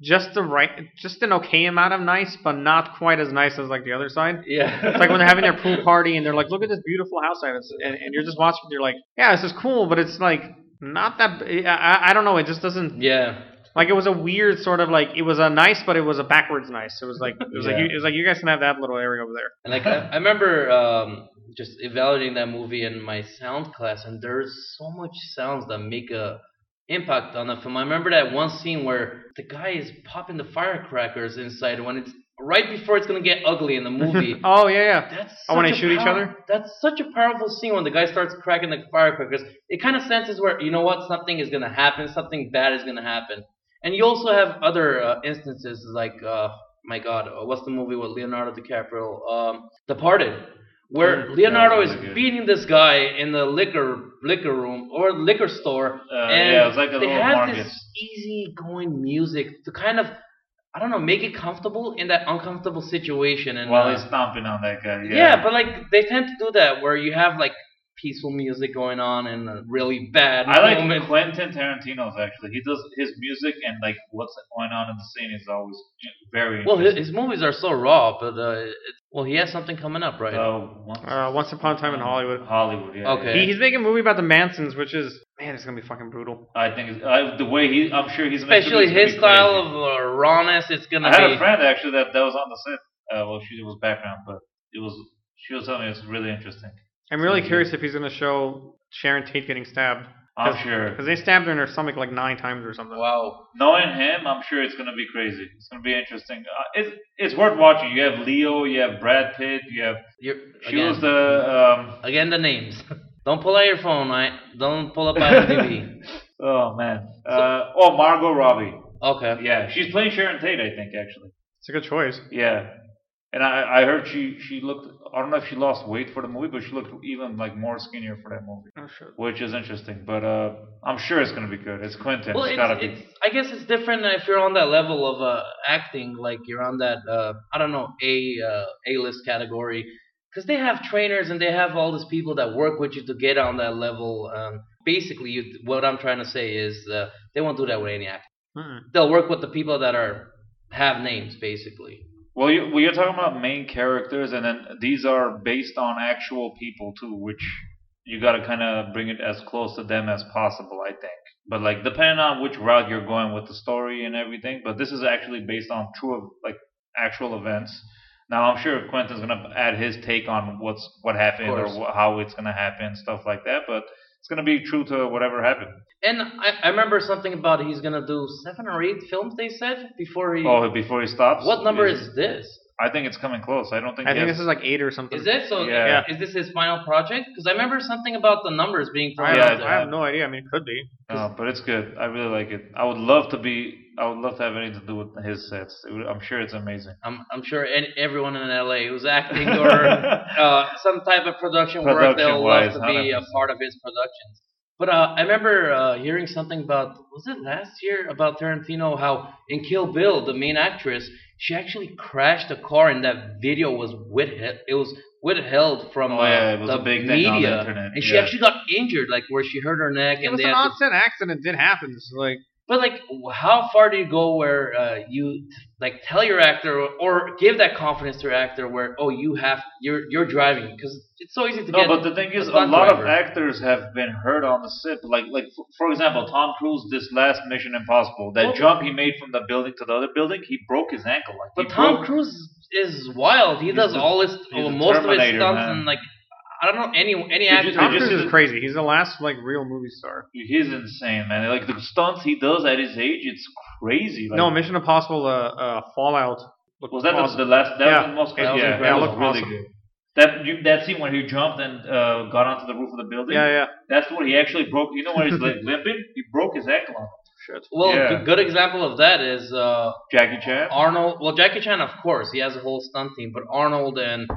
just the right, just an okay amount of nice, but not quite as nice as like the other side.
Yeah.
It's like when
[LAUGHS]
they're having their pool party and they're like, "Look at this beautiful house I have," It's- and, and you're just watching. You're like, "Yeah, this is cool," but it's like not that. b- I, I- I don't know. It just doesn't
Yeah.
like. It was a weird sort of like. It was a nice, but it was a backwards nice. It was like it was like
Yeah.
you, it was like you guys can have that little area over there.
And like I, I remember um, just evaluating that movie in my sound class, and there's so much sounds that make a impact on the film. I remember that one scene where the guy is popping the firecrackers inside when it's right before it's gonna get ugly in the movie.
oh yeah, yeah.
That's
Oh, when
such
they
a
shoot each
power-
other?
That's such a powerful scene when the guy starts cracking the firecrackers. It kind of senses where you know what something is gonna happen, something bad is gonna happen. And you also have other uh, instances like, uh, my God, uh, what's the movie with Leonardo DiCaprio? Um, Departed, where
Mm,
Leonardo
that's
is
really good.
beating this guy in the liquor liquor room or liquor store,
Uh,
and
yeah, it's like a
they
little
have
market.
this easy going music to kind of, I don't know, make it comfortable in that uncomfortable situation. And
while
uh,
he's stomping on that guy.
yeah. but like they tend to do that where you have like peaceful music going on and a really bad
I like
moment.
Quentin Tarantino's actually. He does his music and like what's going on in the scene is always very
Well, his,
interesting.
his movies are so raw, but uh, it's, well, he has something coming up, right?
So, Oh, once,
Uh, Once Upon a Time in Hollywood.
Hollywood. Yeah.
Okay.
He, he's making a movie about the Mansons, which is man, it's gonna be fucking brutal.
I think it's, I, the way he, I'm sure he's making
Especially
this would
his
be
style
crazy.
of uh, rawness, it's gonna
I had
be.
a friend actually that, that was on the set. Uh, well, she was background, but it was she was telling me it's really interesting.
I'm really
Mhm.
curious if he's gonna show Sharon Tate getting stabbed
I'm sure.
because they stabbed her in her stomach like nine times or something.
Wow.
Knowing him, I'm sure it's gonna be crazy. It's gonna be interesting. Uh, it's it's worth watching. You have Leo, you have Brad Pitt, you have
You're,
she
again,
was the um,
again the names. [LAUGHS] Don't pull out your phone, right? Don't pull
[LAUGHS]
up IMDb.
oh man uh, oh Margot Robbie.
okay.
Yeah, she's playing Sharon Tate, I think actually.
It's a good choice.
Yeah, and I I heard she she looked I don't know if she lost weight for the movie, but she looked even like more skinnier for that movie.
Oh, shit.
which is interesting. But uh, I'm sure it's gonna be good. It's Quentin.
Well,
it's
it's,
gotta
it's, I guess it's different if you're on that level of uh, acting, like you're on that uh, I don't know a uh, a list category, because they have trainers and they have all these people that work with you to get on that level. Um, basically, you, what I'm trying to say is uh, they won't do that with any actor.
Mm-mm.
They'll work with the people that are have names, basically.
be. Well, you, well, you're talking about main characters, and then these are based on actual people too, which you gotta kind of bring it as close to them as possible, I think. But like depending on which route you're going with the story and everything, but this is actually based on true ev- like actual events. Now I'm sure Quentin's gonna add his take on what's what happened or
course.
wh- how it's gonna happen, stuff like that. But it's gonna be true to whatever happened.
And I, I remember something about he's gonna do seven or eight films. They said before he.
Oh, before he stops.
Hmm. What number
he's-
is this?
I think it's coming close. I don't think.
I
he
think
has-
this is like eight or something.
Is it so?
Yeah.
Is this his final project? Because I remember something about the numbers being thrown
I,
Yeah,
out
have,
there.
I have no idea. I mean, it could be.
No, Uh, but it's good. I really like it. I would love to be. I would love to have anything to do with his sets. It would, I'm sure it's amazing.
I'm, I'm sure any, everyone in LA who's acting or uh, some type of production, work, they'll
Production-wise,
love to be a
100%.
part of his productions. But uh, I remember uh, hearing something about was it last year about Tarantino how in Kill Bill the main actress she actually crashed a car and that video was with it was withheld
[LAUGHS]
from
Oh,
uh,
yeah, it was
the
a big
media
thing on the internet,
and she
yeah.
actually got injured like where she hurt her neck
It
and
was
they
an
had to
on-set accident. It happens. Like
But like, w- how far do you go where uh, you like tell your actor or give that confidence to your actor where oh you have you're you're driving because it's so easy to
no,
get.
but the thing is,
a
a
stunt
lot of
driver.
actors have been hurt on the set. Like, like f- for example, Tom Cruise, this last Mission Impossible, that
Well-
jump he made from the building to the other building, he broke his ankle. Like,
But
he
Tom
broke,
Cruise is wild. He
He's
does
the-
all his
he's the
most of his stunts
Terminator, man.
and like I don't know any any
Did you-
actor.
They
Tom
just-
Cruise
they
is
just-
crazy. He's the last like real movie star.
he's insane, man. Like the stunts he does at his age, it's crazy. Like,
no, Mission Impossible, uh, uh, Fallout. looked
Was that the-
awesome.
the last? That
Yeah.
was the most.
That
yeah,
was
that
incredible.
was really
Awesome.
good. That you, that scene when he jumped and uh, got onto the roof of the building.
Yeah, yeah.
That's when he actually broke. You know when he's like limping, he broke his ankle. on it.
Shit.
well,
Yeah.
a good example of that is uh,
Jackie Chan.
Arnold. Well, Jackie Chan, of course, he has a whole stunt team, but Arnold and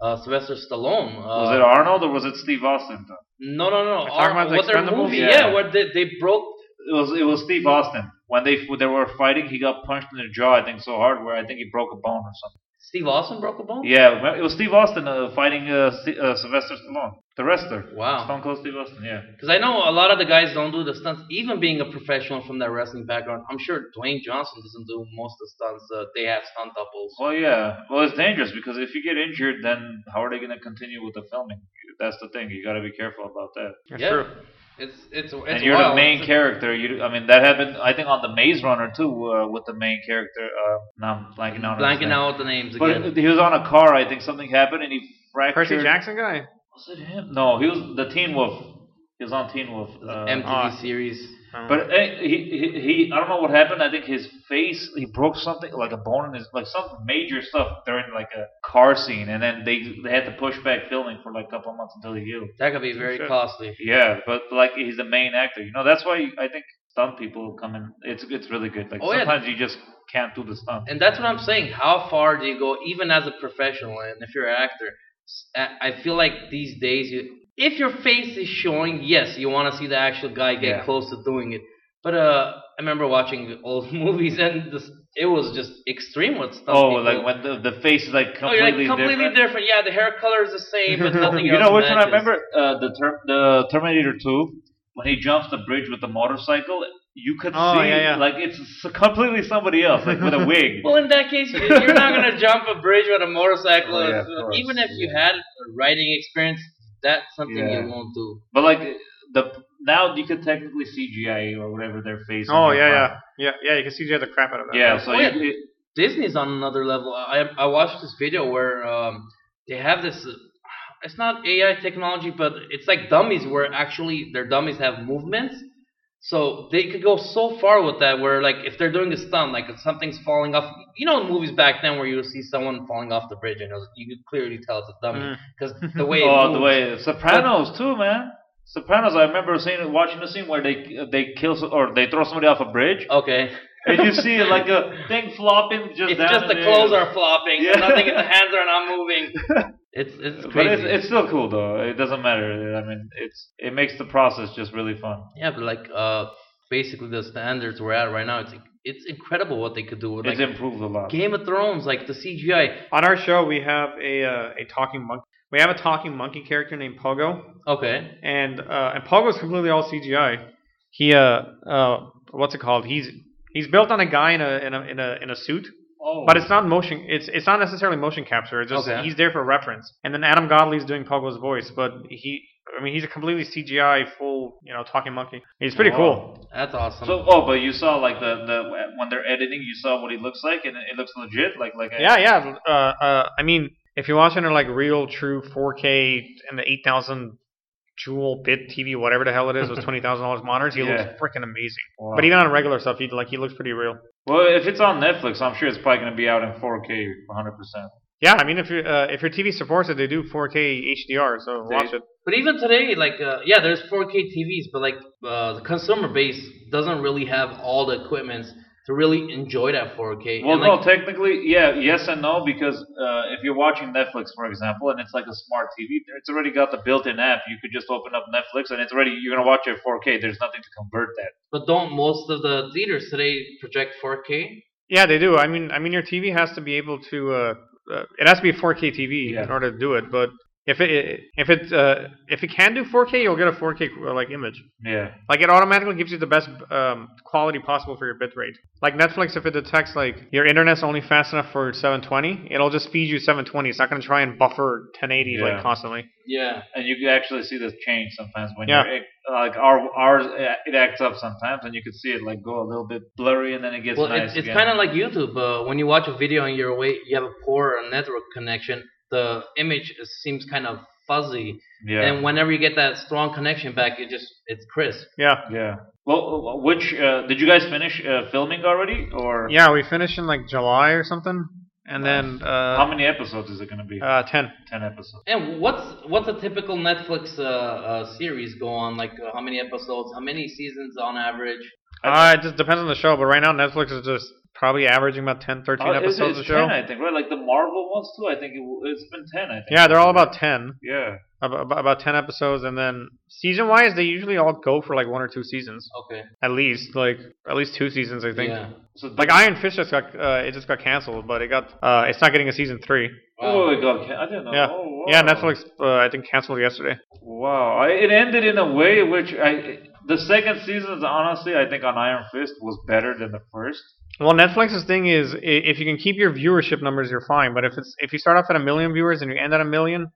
uh, Sylvester Stallone. Uh,
was it Arnold or was it Steve Austin?
No, no, no.
We're talking
Ar-
about the
what their
Expendables?
movie?
Yeah.
Yeah, where they, they broke
It was it was Steve Austin when they when they were fighting. He got punched in the jaw. I think so hard where I think he broke a bone or something.
Steve Austin broke a bone?
Yeah, remember- it was Steve Austin uh, fighting uh, St- uh, Sylvester Stallone, the wrestler.
Wow.
Stone Cold Steve Austin. Yeah.
Because I know a lot of the guys don't do the stunts, even being a professional from that wrestling background. I'm sure Dwayne Johnson doesn't do most of the stunts. Uh, they have stunt doubles.
Well, yeah. Well, it's dangerous because if you get injured, then how are they going to continue with the filming? That's the thing. You got to be careful about that.
That's
Yeah.
true.
It's it's it's
and you're
wild.
the main
It's-
character. You, I mean, that happened. I think on the Maze Runner too, uh, with the main character. Uh, now I'm blanking out. on his
Blanking
name.
out the names again.
But he was on a car. I think something happened, and he fractured.
Percy Jackson guy.
Was it him? No, he was the Teen Wolf. He was on Teen Wolf. Uh,
MTV
ah.
series.
Oh,
but eh, he, he, he, I don't know what happened. I think his face, he broke something like a bone in his, like some major stuff during like a car scene, and then they they had to push back filming for like a couple months until he healed.
That could be very
Sure.
costly.
Yeah, but like he's the main actor, you know. That's why I think stunt people come in. It's it's really good. Like
Oh, yeah.
sometimes you just can't do the stunt.
And that's what I'm saying. How far do you go, even as a professional, and if you're an actor? s- I I feel like these days, you, if your face is showing, yes, you want to see the actual guy get
Yeah.
close to doing it. But uh, I remember watching old [LAUGHS] movies, and this, it was just extreme with stuff.
Oh, like when the, the face is like
oh, you're
completely,
like completely different. Yeah, the hair color is the same,
[LAUGHS]
but nothing
You
else
know which one I
matches.
remember? Uh, the ter- the Terminator 2 when he jumps the bridge with the motorcycle. You could
Oh,
see
yeah, yeah.
like it's s- completely somebody else, like with a
[LAUGHS]
wig.
Well, in that case, you- you're not gonna jump a bridge with a motorcycle.
[LAUGHS] Oh, yeah, of
if-
course,
even if you
yeah.
had a riding experience, that's something
Yeah.
you won't do.
But like the now you could technically CGI or whatever their face.
Oh
is.
yeah, yeah, yeah, yeah. You can CGI the crap out of that.
yeah. So
Oh, yeah.
You,
Disney's on another level. I I watched this video where um, they have this. uh, It's not AI technology, but it's like dummies where actually their dummies have movements. So they could go so far with that where like if they're doing a stunt, like if something's falling off. You know, in movies back then where you would see someone falling off the bridge and it was, you could clearly tell it's a dummy
Mm.
because the
[LAUGHS]
way. It
oh, the
moves.
way Sopranos too, man. Sopranos. I remember seeing watching a scene where they they kill so- or they throw somebody off a bridge,
Okay.
and you see like a thing flopping just
it's
down.
just
in
the
air.
clothes are flopping.
Yeah.
Nothing. The hands are not moving. It's it's
But
crazy.
it's, it's still cool though. It doesn't matter. I mean, it's it makes the process just really fun.
yeah, but like uh, basically the standards we're at right now, it's it's incredible what they could do with like
it's improved a lot.
Game of Thrones, like the CGI.
On our show, we have a uh, a talking monkey. We have a talking monkey character named Pogo,
Okay,
and uh, and Pogo's completely all CGI. He uh uh what's it called? He's he's built on a guy in a in a in a, in a suit,
Oh,
but it's not motion. It's it's not necessarily motion capture. It's just
Okay.
he's there for reference. And then Adam Godley's doing Pogo's voice, but he. I mean, he's a completely CGI full, you know, talking monkey. He's pretty
Wow.
cool.
that's awesome.
So oh, but you saw like the, the when they're editing, you saw what he looks like, and it looks legit, like like a,
Yeah, yeah. Uh, uh, I mean, if you're watching a like real, true 4K and the 8,000 joule bit TV, whatever the hell
[LAUGHS]
it is, with twenty thousand dollars monitors, he looks
Yeah.
freaking amazing.
Wow.
But even on regular stuff, he like he looks pretty real.
well, if it's on Netflix, I'm sure it's probably gonna be out in 4K, 100. percent
Yeah, I mean, if you uh, if your TV supports it, they do 4K HDR, so
They-
watch it.
but even today, like uh, yeah, there's 4K TVs, but like uh, the consumer base doesn't really have all the equipments to really enjoy that 4K.
Well,
And,
no,
like,
technically, yeah, yes and no, because uh, if you're watching Netflix, for example, and it's like a smart TV, it's already got the built-in app. You could just open up Netflix, and it's already you're gonna watch it 4K. There's nothing to convert that.
but don't most of the theaters today project 4K?
Yeah, they do. I mean, I mean, your TV has to be able to. Uh, uh, it has to be a 4K TV
Yeah.
in order to do it. But if it if it uh, if it can do 4K, you'll get a 4K uh, like image.
Yeah,
Like it automatically gives you the best um, quality possible for your bitrate. Like Netflix, if it detects like your internet's only fast enough for 720, it'll just feed you 720. It's not gonna try and buffer 1080
Yeah.
like constantly.
Yeah.
and you can actually see this change sometimes when
Yeah.
you're like our ours uh, it acts up sometimes, and you could see it like go a little bit blurry, and then it gets
well,
nice
it's, it's
again.
kind of like YouTube. Uh, when you watch a video and you're away, you have a poor network connection. The image is- seems kind of fuzzy,
yeah.
and whenever you get that strong connection back, it just it's crisp.
Yeah,
Yeah. Well, uh, which uh, did you guys finish uh, filming already, or
yeah. We finished in like July or something, and then
how
uh,
many episodes is it going to be?
uh, 10.
Ten episodes.
And what's what's a typical Netflix uh, uh, series go on? Like uh, how many episodes? How many seasons on average?
Uh, it just depends on the show, but right now Netflix is just probably averaging about 10, 13
Oh, it's-
episodes
it's
a show.
ten, I think, right? Like the Marvel ones too. I think it, w- it's been ten. I think.
Yeah, they're all about 10,
Yeah.
ab- ab- about 10 episodes, and then season wise, they usually all go for like one or two seasons,
Okay.
at least, like at least two seasons, I think.
Yeah.
So
Like Iron Fist just got uh, it just got canceled, but it got uh, it's not getting a season three.
Oh,
Wow.
it got. can- I didn't know.
Yeah.
Oh, wow.
Yeah, Netflix uh, I think canceled yesterday.
Wow. I, it ended in a way which I. The second season, honestly, I think on Iron Fist was better than the first.
Well, Netflix's thing is i- if you can keep your viewership numbers, you're fine. But if it's if you start off at a million viewers and you end at a million,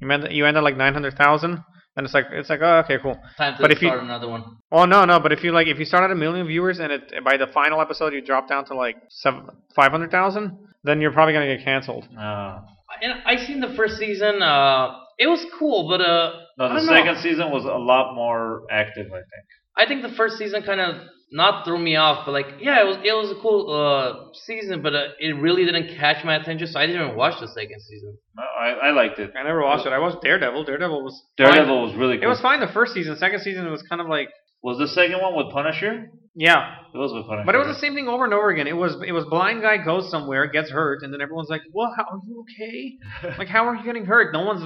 you end you end at like nine hundred thousand, then it's like it's like oh okay cool.
Time to
But if you-
start another one.
Oh no no, but if you like if you start at a million viewers and it by the final episode you drop down to like seven five hundred thousand, then you're probably gonna get canceled.
Uh,
And I seen the first season. Uh, it was cool, but uh, I
no, the
don't know.
second season was a lot more active. I think.
I think the first season kind of not threw me off, but like yeah, it was it was a cool uh, season, but uh, it really didn't catch my attention, so I didn't even watch the second season.
No, I, I liked it.
I never watched it. I watched Daredevil. Daredevil was fine.
Daredevil was really. Cool.
It was fine the first season. Second season was kind of like
Was the second one with Punisher?
Yeah,
It was a bit funny.
but it was the same thing over and over again. It was it was blind guy goes somewhere, gets hurt, and then everyone's like, "Well, how, are you [LAUGHS] okay? Like, how are you getting hurt? No one's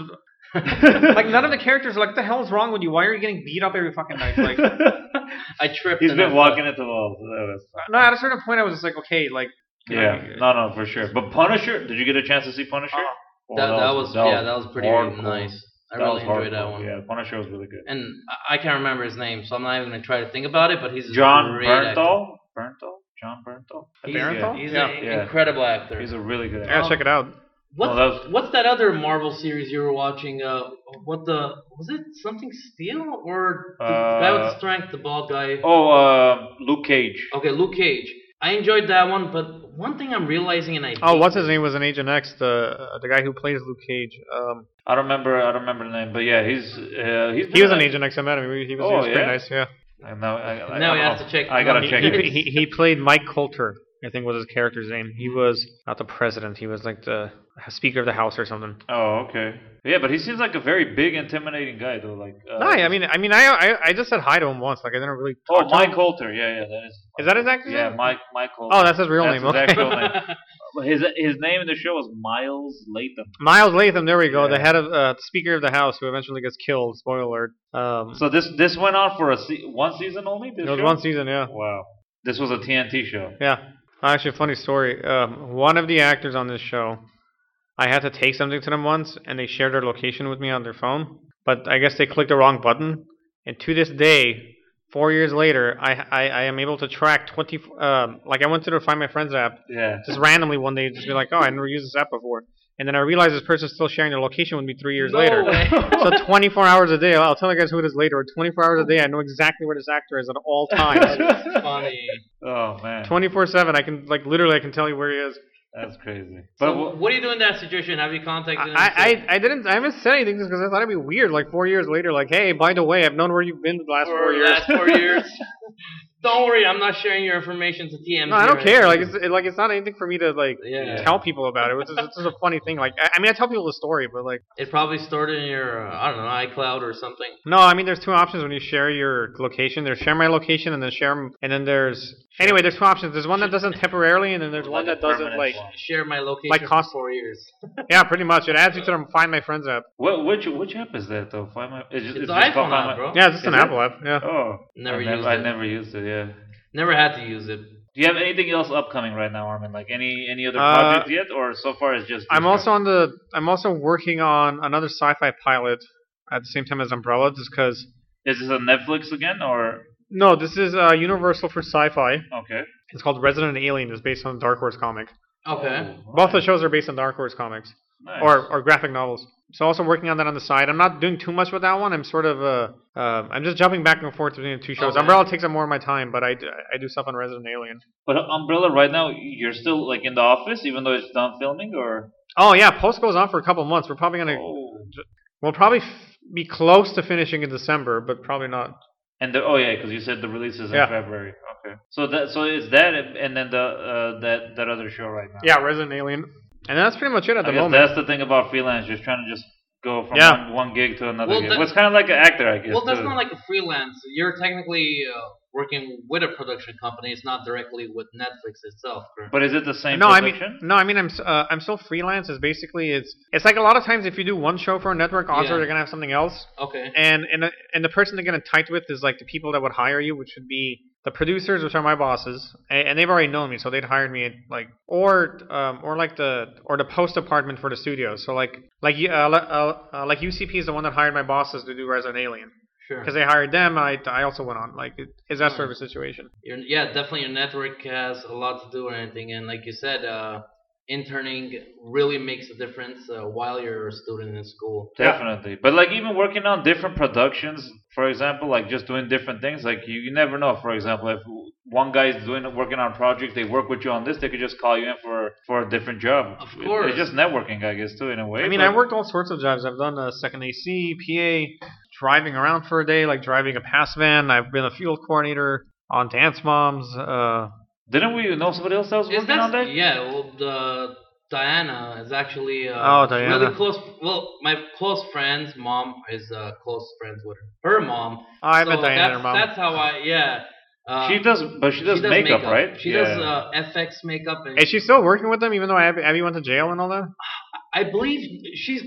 [LAUGHS]
like none of the characters are like, what the hell is wrong with you? Why are you getting beat up every fucking night? [LAUGHS] Like,
I
[LAUGHS]
tripped.
He's
and I
been
fell.
walking at the wall. so that was-
no, at a certain point, I was just like, okay, like, you know,
yeah, no, no, for sure. But Punisher, did you get a chance to see Punisher?
Uh-uh.
Oh,
That, that was yeah, that was pretty
hardcore.
nice. I
that
really
was
enjoyed that
hardcore.
one.
Yeah, Punisher was really good.
And I- I can't remember his name, so I'm not even gonna try to think about it. But he's a
John
great actor.
Bernthal? Bernthal? John Bernthal? I
He's,
think,
Bernthal?
he's
Yeah.
an
Yeah.
incredible
yeah.
actor.
He's a Oh, really good
yeah,
actor.
Um,
check it out.
What's,
No, that was-
what's that other Marvel series you were watching? Uh, what the was it something Steel or the guy with
Uh,
the strength, the bald guy?
Oh, uh, Luke Cage.
Okay, Luke Cage. I enjoyed that one, but one thing I'm realizing, and I
Oh,
hate
what's his
this-
name was an Agent X, the the guy who plays Luke Cage. Um,
I don't remember. I don't remember the name, but yeah, he's uh, he's.
he was an
been-
Agent X. I met him. He he was, he
Oh,
was pretty
yeah?
nice. Yeah.
And now I, I, I
Now
don't
we have
know.
to check-
I gotta
no,
check.
he,
it.
[LAUGHS]
he, he played Mike Coulter, I think was his character's name. He was not the president. He was like the Speaker of the House or something.
Oh, okay. Yeah, but he seems like a very big, intimidating guy, though. Like. Uh,
No, I mean, I mean, I, I I just said hi to him once. Like I didn't really.
Oh,
talk to
Mike
him.
Coulter. Yeah, yeah, that is.
Is that his actor's
Yeah,
name?
Mike. Mike Coulter.
Oh, that's his real
That's
name.
his
Okay.
actual name. But His his name in the show was Miles Latham.
[LAUGHS] Miles Latham. There we go. The
Yeah.
head of uh, Speaker of the House, who eventually gets killed. Spoiler alert. Um,
So this this went on for a se- one season only. This
it was
show?
one season. Yeah.
Wow. This was a TNT show.
Yeah. Actually, funny story. Um, one of the actors on this show, I had to take something to them once, and they shared their location with me on their phone. But I guess they clicked the wrong button. And to this day, four years later, I I, I am able to track 20. Um, like I went to the Find My Friends app
Yeah.
just randomly one day, just be like, oh, I never used this app before. And then I realized this person's still sharing their location with me three years
No
later.
way.
So 24 hours a day, I'll tell you guys who it is later. 24 hours a day, I know exactly where this actor is at all times.
That's funny.
[LAUGHS] Oh man.
24/7, I can like literally, I can tell you where he is.
That's crazy. But
So
w-
what do you do in that situation? Have you contacted him? and
I,
said-
I, I didn't I haven't said anything just because I thought it'd be weird. Like four years later, like hey, by the way, I've known where you've been the last
for
four years.
last
[LAUGHS]
four years. Don't worry, I'm not sharing your information to TMZ.
no, I don't
or
care. Like
anything.
it's it- like it's not anything for me to like
yeah.
tell people about it. It's just, it's just a funny thing. Like I, I mean, I tell people the story, but like
It probably stored in your uh, I don't know iCloud or something.
no, I mean, there's two options when you share your location. There's share my location, and then share m- and then there's anyway, there's two options. There's one that doesn't temporarily, and then there's
Like
one
a
that doesn't
permanent
like
one.
Share my location
Like cost-
for four years.
yeah, pretty much. It adds you to the find my friends app.
what which which app is that though? Find my. It's, just,
It's
it's
the
just called
iPhone
Find
app,
My-
bro.
Yeah, it's just
Is
an
it?
Apple app. Yeah.
Oh.
Never
I
used
I
it.
never used it. Yeah.
Never had to use it.
Do you have anything else upcoming right now, Armin? Like any any other
Uh,
projects yet, or so far it's just.
I'm
this
also
one?
on the. I'm also working on another sci-fi pilot at the same time as Umbrella, just because.
Is this on Netflix again, or
No, this is uh, Universal for sci-fi.
okay?
It's called Resident Alien. It's based on a Dark Horse comic.
Okay.
Oh,
Both the
nice.
shows are based on Dark Horse comics
Nice.
or, or graphic novels. So also working on that on the side. I'm not doing too much with that one. I'm sort of uh, uh I'm just jumping back and forth between the two shows.
Okay.
Umbrella takes up more of my time, but I, d- I do stuff on Resident Alien.
But Umbrella, right now you're still like in the office, even though it's done filming, or
Oh yeah, post goes on for a couple months. We're probably gonna
oh,
we'll probably f- be close to finishing in December, but probably not.
and the, oh yeah, because you said the release is in
Yeah.
February. Okay, so that so it's that, and then the uh, that that other show right now.
Yeah, Resident Alien, and that's pretty much it at
I
the
guess
moment.
that's the thing about freelance, just trying to just go from
Yeah.
one, one gig to another
Well,
gig.
that-
Well, it's kind of like an actor, I guess.
Well, that's
too.
not like a freelance. You're technically uh, working with a production company. It's not directly with Netflix itself. correct?
But is it the same
No, I mean,
production?
no, I mean, I'm s- uh, I'm still freelance. Is basically it's it's like a lot of times if you do one show for a network, odds
Yeah.
are they're gonna have something else,
okay.
and and the- and the person they're gonna tight with is like the people that would hire you, which would be the producers, which are my bosses, and, and they've already known me, so they'd hired me like or um or like the or the post department for the studio. So like like you- uh, le- uh, uh, like UCP is the one that hired my bosses to do Resident Alien
Sure.
because they hired them. I I also went on like it, is that sort of a situation.
Your, yeah, definitely your network has a lot to do with anything. And like you said, uh, interning really makes a difference uh, while you're a student in school.
Yeah.
Definitely. But like even working on different productions, for example, like just doing different things, like you, you never know. For example, if one guy is doing working on a project, they work with you on this, they could just call you in for for a different job.
Of
It-
course.
it's just networking, I guess, too, in a way.
I mean,
but-
I worked all sorts of jobs. I've done a second AC, PA, driving around for a day, like driving a pass van. I've been a field coordinator on Dance Moms. Uh,
Didn't we know somebody else that was
Is
working on
that
that?
yeah? Well, the Diana is actually uh,
Oh, Diana.
really close. Well, my close friend's mom is uh, close friends with her, her mom.
I
so
met Diana,
that's,
her mom.
That's how I yeah. Uh,
she does, but she does, makeup, right?
She
yeah.
does uh, FX makeup, and
Is she still working with them, even though Abby, Abby went to jail and all that?
I believe she's.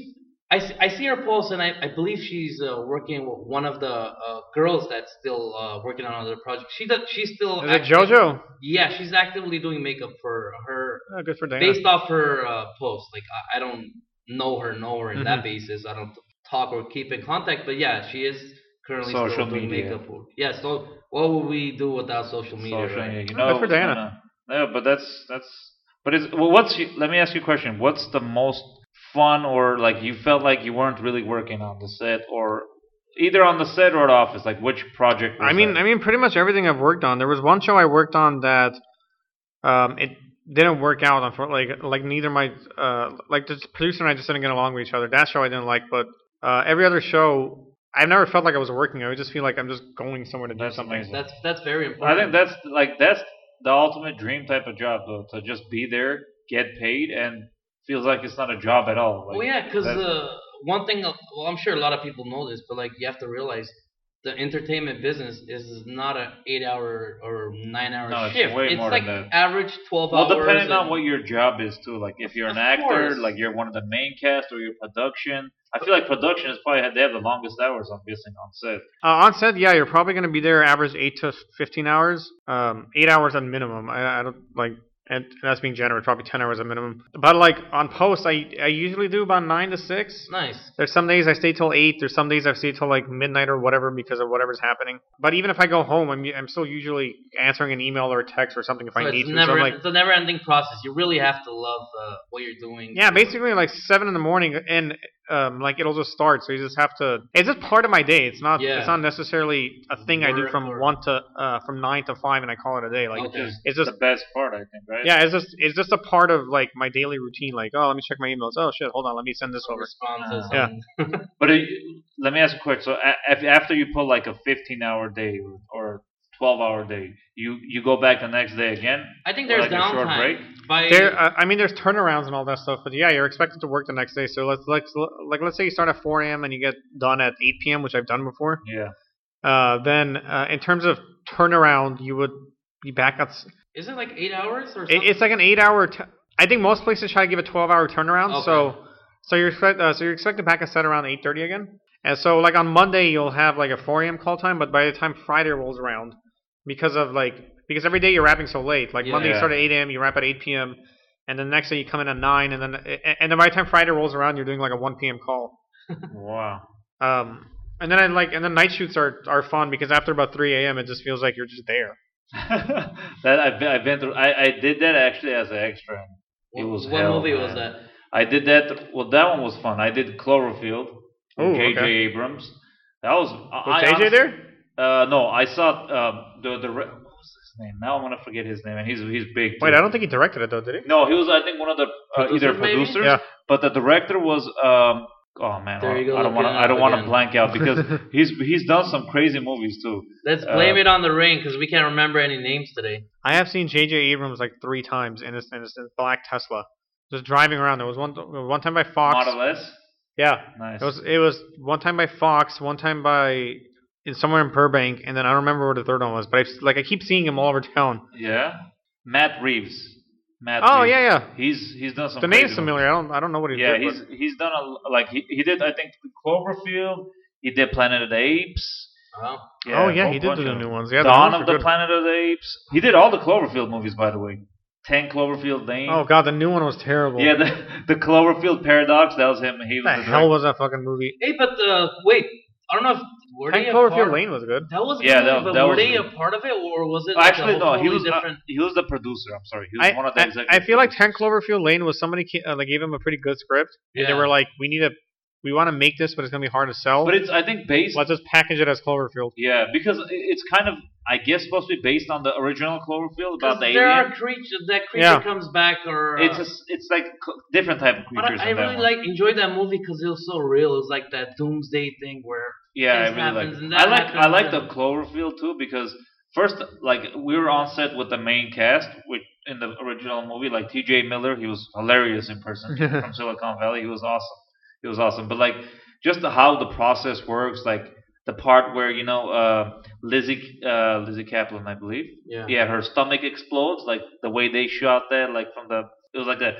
I, s- I see her post, and I, I believe she's uh, working with one of the uh, girls that's still uh, working on other projects. She does, she's still.
Is it
active-
JoJo?
Yeah, she's actively doing makeup for her
Oh, good for Dana.
based off her uh, post. Like I, I don't know her, know her in
Mm-hmm.
that basis. I don't talk or keep in contact, but yeah, she is currently
Social
still doing
media.
makeup. Yeah, so what would we do without social media?
Social
right?
media, you
Oh, good
know,
for
it's
Diana.
kinda- yeah, but that's that's. But it's well, what's y- let me ask you a question. What's the most fun or like you felt like you weren't really working on the set or either on the set or at office? Like which project? Was
I mean,
that?
I mean, pretty much everything I've worked on. There was one show I worked on that um, it didn't work out. Unfortunately, like, like neither my uh, like the producer and I just didn't get along with each other. That show I didn't like, but uh, every other show I've never felt like I was working. I would just feel like I'm just going somewhere to
That's
do something.
amazing.
That's that's very
I think
important.
that's like that's the ultimate dream type of job though, to just be there, get paid, and feels like it's not a job at all. Like,
well, yeah, because
that's-
uh, one thing, well, I'm sure a lot of people know this, but like you have to realize the entertainment business is not an eight-hour or nine-hour
No, it's
shift.
way more
like
than that.
average twelve
Well,
hours.
depending on
and-
what your job is too. Like if you're an
Of
actor,
course.
like you're one of the main cast or your production. I feel like production is probably they have the longest hours. I'm guessing on set.
Uh, on set, yeah, you're probably going to be there average eight to fifteen hours, um, eight hours at minimum. I, I don't like, and, and that's being generous, probably ten hours at minimum. But like on post, I I usually do about nine to six.
nice.
There's some days I stay till eight. There's some days I stay till like midnight or whatever because of whatever's happening. But even if I go home, I'm I'm still usually answering an email or a text or something if
So
I need
it's
to.
never
so I'm like,
it's a never-ending process. You really have to love uh, what you're doing.
yeah, basically like seven in the morning, and um, like it'll just start. So you just have to. It's just part of my day. It's not.
Yeah.
It's not necessarily a thing I do
Work
from
or-
one to uh, from nine to five, and I call it a day. Like
Okay.
it's just
the best part, I think, right?
yeah, it's just it's just a part of like my daily routine. Like oh, let me check my emails. Oh shit, hold on, let me send this over.
responses.
Yeah.
and-
But uh, let me ask a question. So a- af- after you pull like a 15-hour day or- or 12-hour day, you you go back the next day again.
I think
Or
there's
like a short break?
downtime. By
There, uh, I mean, there's turnarounds and all that stuff, but yeah, you're expected to work the next day. So let's let's like let's say you start at 4 a.m. and you get done at 8 p.m., which I've done before.
Yeah.
Uh, then uh, in terms of turnaround, you would be back at. s-
is it like eight hours or something?
It, it's like an eight-hour. T- I think most places try to give a 12-hour turnaround.
Okay.
So so you're expect, uh, so you're expected back at set around 8:30 again. And so like on Monday you'll have like a 4 a.m. call time, but by the time Friday rolls around, because of like because every day you're wrapping so late. Like Monday you
Yeah.
start at 8 a.m. you wrap at 8 p.m. And then next day you come in at nine, and then a- and then by the time Friday rolls around, you're doing like a 1 p.m. call.
Wow. [LAUGHS]
Um, and then I like and then night shoots are are fun because after about 3 a.m. it just feels like you're just there.
that I've been, I've been through. I, I did that actually as an extra. It was
what
hell,
movie was
man.
that?
I did that. Well, that one was fun. I did Cloverfield
Ooh,
with J.J.
okay.
Abrams. That was.
Was
I, I
JJ
honestly-
there?
Uh, no, I saw um, the the re- what was his name? Now I'm gonna forget his name, and he's he's big.
Wait,
too.
I don't think he directed it though, did he?
No, he was I think one of the uh, either
Producers, maybe?
producers,
Yeah.
but the director was. Um, oh man,
There you go,
I don't want to.
looking it
I don't
up
want to
again.
blank out because
[LAUGHS]
he's he's done some crazy movies too.
Let's
Uh,
blame it on the rain because we can't remember any names today.
I have seen J.J. Abrams like three times in this in this black Tesla, just driving around. There was one one time by Fox.
Model S,
Yeah,
nice.
it was it was one time by Fox, one time by in somewhere in Burbank, and then I don't remember where the third one was. But I like I keep seeing him all over town.
yeah, Matt Reeves. Matt.
Oh
Reeves.
yeah, yeah.
He's he's done some.
The
crazy
name's
movies.
familiar. I don't I don't know what he
Yeah,
did. but-
he's he's done a l- like he, he did I think Cloverfield. He did Planet of the Apes.
Wow.
oh
a
yeah,
whole
he did
bunch
do the
of
new
them.
ones. Yeah,
Dawn
the
of the
Planet.
Planet of the Apes. He did all the Cloverfield movies, by the way. Ten Cloverfield Lane.
Oh god, the new one was terrible.
Yeah, the, the Cloverfield paradox. That was him. He
what
was
the
the
hell was that fucking movie?
Hey, but uh, wait, I don't know if were
Hank
they a
Cloverfield
part-
Lane was good.
That was a
Yeah,
good,
that-
but
that
were
was
they
good.
a part of it or was it
director.
like
Actually,
a
no. He
totally
was not-
different?
he was the producer. I'm sorry. He was
I,
one of the
I,
executive
I feel like
producers.
Ten Cloverfield Lane was somebody ca- uh, like gave him a pretty good script, and they
Yeah.
were like, "We need a, we want to make this, but it's gonna be hard to sell.
But it's I think based.
Let's just package it as Cloverfield."
Yeah, because it- it's kind of I guess supposed to be based on the original Cloverfield about
'Cause
the
there
alien.
are creatures that creature
Yeah.
comes back or uh,
It's a, s- it's like co- different type of
but I,
creatures.
I
in that
really
one.
like enjoyed that movie because it was so real. It was like that doomsday thing where
Yeah, I
things
really
happens,
like.
and
it.
that
I like I
happens,
like the
and-
Cloverfield too because first like we were on set with the main cast which in the original movie like T.J. Miller he was hilarious in person from Silicon Valley he was awesome he was awesome but like just the, how the process works like the part where you know uh, Lizzie uh, Lizzie Kaplan, I believe.
Yeah.
Yeah, her stomach explodes like the way they shot that, like from the it was like a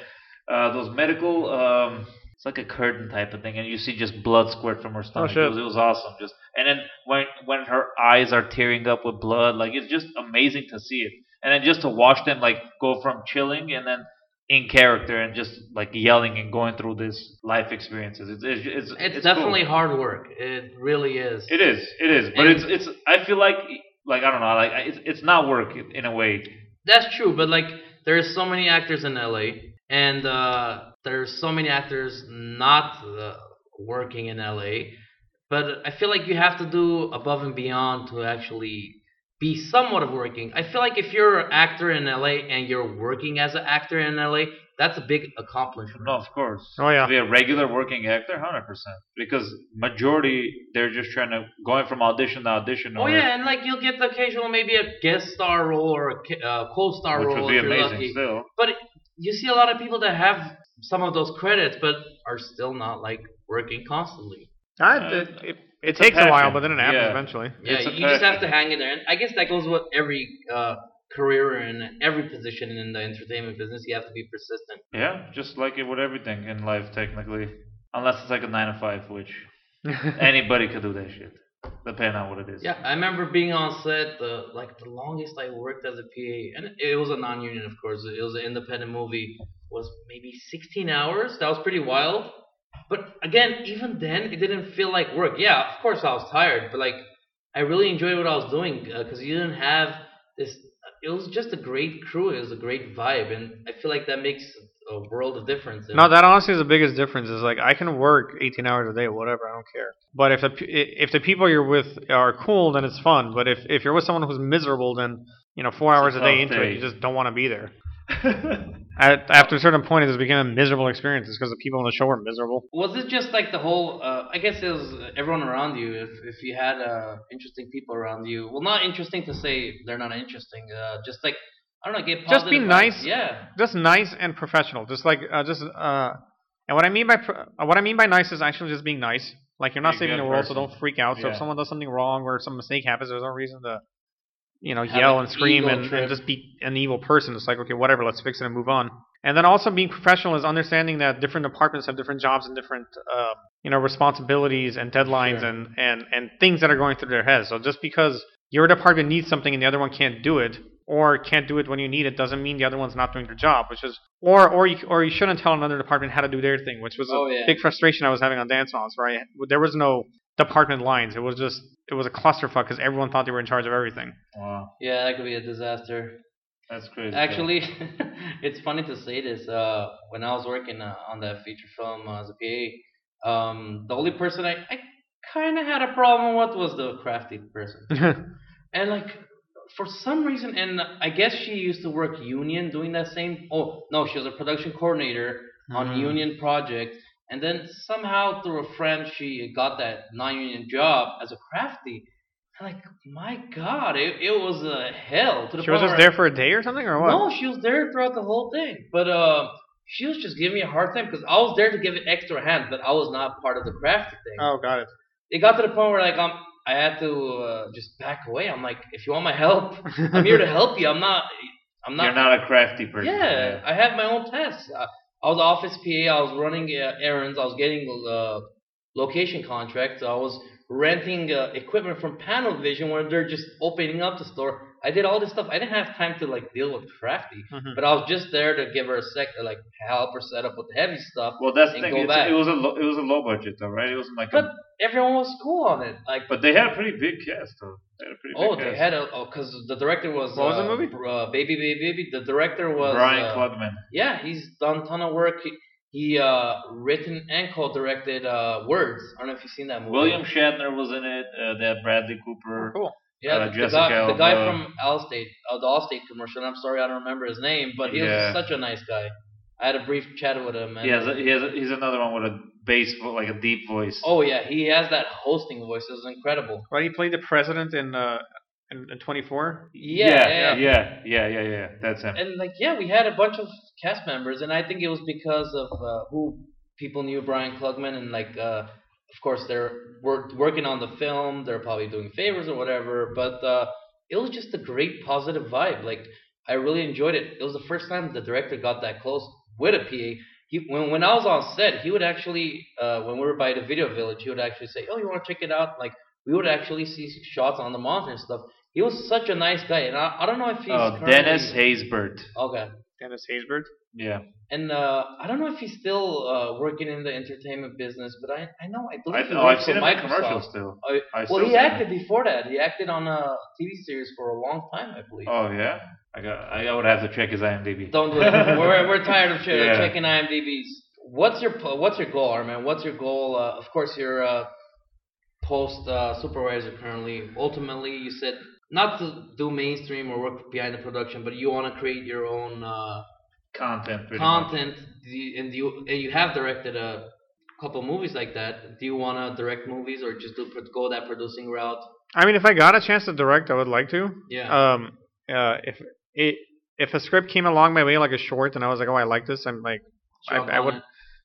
uh, those medical. Um, it's like a curtain type of thing, and you see just blood squirt from her stomach.
shit.
It, was, it was awesome. Just and then when when her eyes are tearing up with blood, like it's just amazing to see it. And then just to watch them like go from chilling and then in character and just like yelling and going through this life experiences. It's it's it's,
It's,
cool.
definitely hard work. It really is.
It is. It is. But
And-
it's it's. I feel like like I don't know. Like it's it's not work in- in a way.
That's true, but like there's so many actors in LA, and uh, there's so many actors not uh, working in LA. But I feel like you have to do above and beyond to actually be somewhat of working. I feel like if you're an actor in LA and you're working as an actor in LA, that's a big accomplishment.
No, of course.
Oh, yeah.
To be a regular working actor, hundred percent. Because majority they're just trying to going from audition to audition.
Oh
or-
yeah, and like you'll get the occasional maybe a guest star role or a ca- uh, co-star
Which
role
would be
if you're
amazing
lucky.
still.
you see a lot of people that have some of those credits but are still not like working constantly.
I,
Uh,
it it, it
it's a
takes a, while,
passion.
but then it happens
Yeah.
eventually.
Yeah,
It's a
you just
passion.
have to hang in there. And I guess that goes with every uh, career and every position in the entertainment business. You have to be persistent.
Yeah, just like it with everything in life, technically. Unless it's like a nine to five,
[LAUGHS]
which anybody could do that shit, depending on what it is.
Yeah, I remember being on set the like the longest I worked as a PA, and it was a non-union, of course. It was an independent movie. Was maybe 16 hours. That was pretty wild. But again, even then, it didn't feel like work. Yeah, of course I was tired, but like I really enjoyed what I was doing because you didn't have this. It was just a great crew. It was a great vibe, and I feel like that makes a world of difference. in-
No, that honestly is the biggest difference. Is like I can work 18 hours a day, whatever, I don't care. But if the p- i- if the people you're with are cool, then it's fun. But if if you're with someone who's miserable, then you know four
It's a
hours a day
tough
into it,
day.
you just don't want to be there.
Yeah.
At, after a certain point, it's becoming miserable experiences because the people on the show were miserable.
Was it just like the whole? Uh, I guess it was everyone around you. If if you had uh, interesting people around you, well, not interesting to say they're not interesting. Uh, just like I don't know, get
Just be
positive vibes.
nice.
Yeah,
Just nice and professional. Just like uh, just uh, and what I mean by pro- uh, what I mean by nice is actually just being nice. Like you're not
Be a
saving
good
the world, so
person.
don't freak out. So
Yeah.
if someone does something wrong or some mistake happens, there's no reason to you know
Have
yell
an
and scream
ego
and,
trip.
and just be an evil person. It's like okay, whatever, let's fix it and move on. And then also being professional is understanding that different departments have different jobs and different um, you know responsibilities and deadlines
Sure.
and and and things that are going through their heads. So just because your department needs something and the other one can't do it or can't do it when you need it doesn't mean the other one's not doing their job, which is or or you or you shouldn't tell another department how to do their thing, which was a
Oh, yeah.
big frustration I was having on dance moms. Right, there was no department lines. It was just it was a clusterfuck because everyone thought they were in charge of everything.
[LAUGHS]
[LAUGHS]
wow,
yeah, that could be a disaster.
that's crazy.
Actually, [LAUGHS] it's funny to say this. Uh, when I was working uh, on that feature film uh, as a PA, um, the only person I, I kind of had a problem with was the crafty person. And like for some reason, and I guess she used to work union doing that same. Oh no, she was a production coordinator on
Mm.
union project, and then somehow through a friend she got that non-union job as a crafty. And like my god, it, it was a hell. To the
she was
point
just
where-
there for a day or something or what?
No, she was there throughout the whole thing, but uh, she was just giving me a hard time because I was there to give it extra hand, but I was not part of the crafty thing
Oh, got it.
it got to the point where like I'm, I had to uh, just back away. I'm like, if you want my help, I'm here to help you. I'm not. I'm not.
You're not a crafty person.
yeah, I have my own tasks. I, I was office PA. I was running uh, errands. I was getting uh, location contracts. I was renting uh, equipment from Panel Vision when they're just opening up the store. I did all this stuff. I didn't have time to like deal with crafty,
Mhm.
but I was just there to give her a sec, like help her set up with the heavy stuff.
Well, that's the
And
thing.
go
it's-
back.
It was a lo- it was a low budget though, right? It wasn't like a
But Everyone was cool on it. Like
But they had a pretty big cast, though. They had a pretty
Oh,
big
they
cast.
had a oh, because the director was
What was the
uh,
movie?
Br- Uh, baby, baby, baby. The director was
Brian
uh,
Klugman.
Yeah, he's done a ton of work. He, he uh, written and co-directed uh, Words. I don't know if you've seen that movie.
William Shatner was in it. Uh, they had Bradley Cooper.
cool.
yeah,
uh,
the, the
Jessica
guy, the guy
Alba.
from Allstate, uh, the Allstate commercial. and I'm sorry, I don't remember his name, but he
Yeah.
was such a nice guy. I had a brief chat with him. And,
He has, a, he has a, he's another one with a bass, vo- like a deep voice.
oh yeah, he has that hosting voice. It was incredible.
Why he played the president in uh in, in 24?
Yeah,
yeah, yeah, yeah, yeah, yeah. That's him.
and like yeah, we had a bunch of cast members, and I think it was because of uh, who people knew Brian Klugman and like uh, of course they're work, working on the film they're probably doing favors or whatever but uh, it was just a great positive vibe like i really enjoyed it it was the first time the director got that close with a pa he, when, when i was on set he would actually uh, when we were by the video village he would actually say oh you want to check it out like we would actually see shots on the mountain and stuff he was such a nice guy and i, I don't know if he's
Oh,
currently-
Dennis Haysbert.
okay
Dennis Haysbert.
Yeah,
and uh, I don't know if he's still uh, working in the entertainment business, but I, I know I believe
I,
he
oh, I've
works
seen
for
him in commercials
Microsoft.
still.
Oh, yeah.
I
Well,
still
he
see him.
acted before that. He acted on a TV series for a long time, I believe.
Oh yeah, I got. I would have to check his IMDb.
Don't do it. we're, we're tired of che-
Yeah.
checking IMDb's. What's your po- what's your goal, Armin? What's your goal? Uh, of course, you're uh, post uh, supervisor currently. Ultimately, you said not to do mainstream or work behind the production, but you want to create your own. Uh,
[LAUGHS] content. pretty much.
content do you, and do you and you have directed a couple movies like that do you want to direct movies or just do, go that producing route
I mean, if I got a chance to direct, I would like to.
yeah
Um, uh, if it if a script came along my way like a short, and I was like, oh, I like this, I'm like,
jump
I
on
would-
it.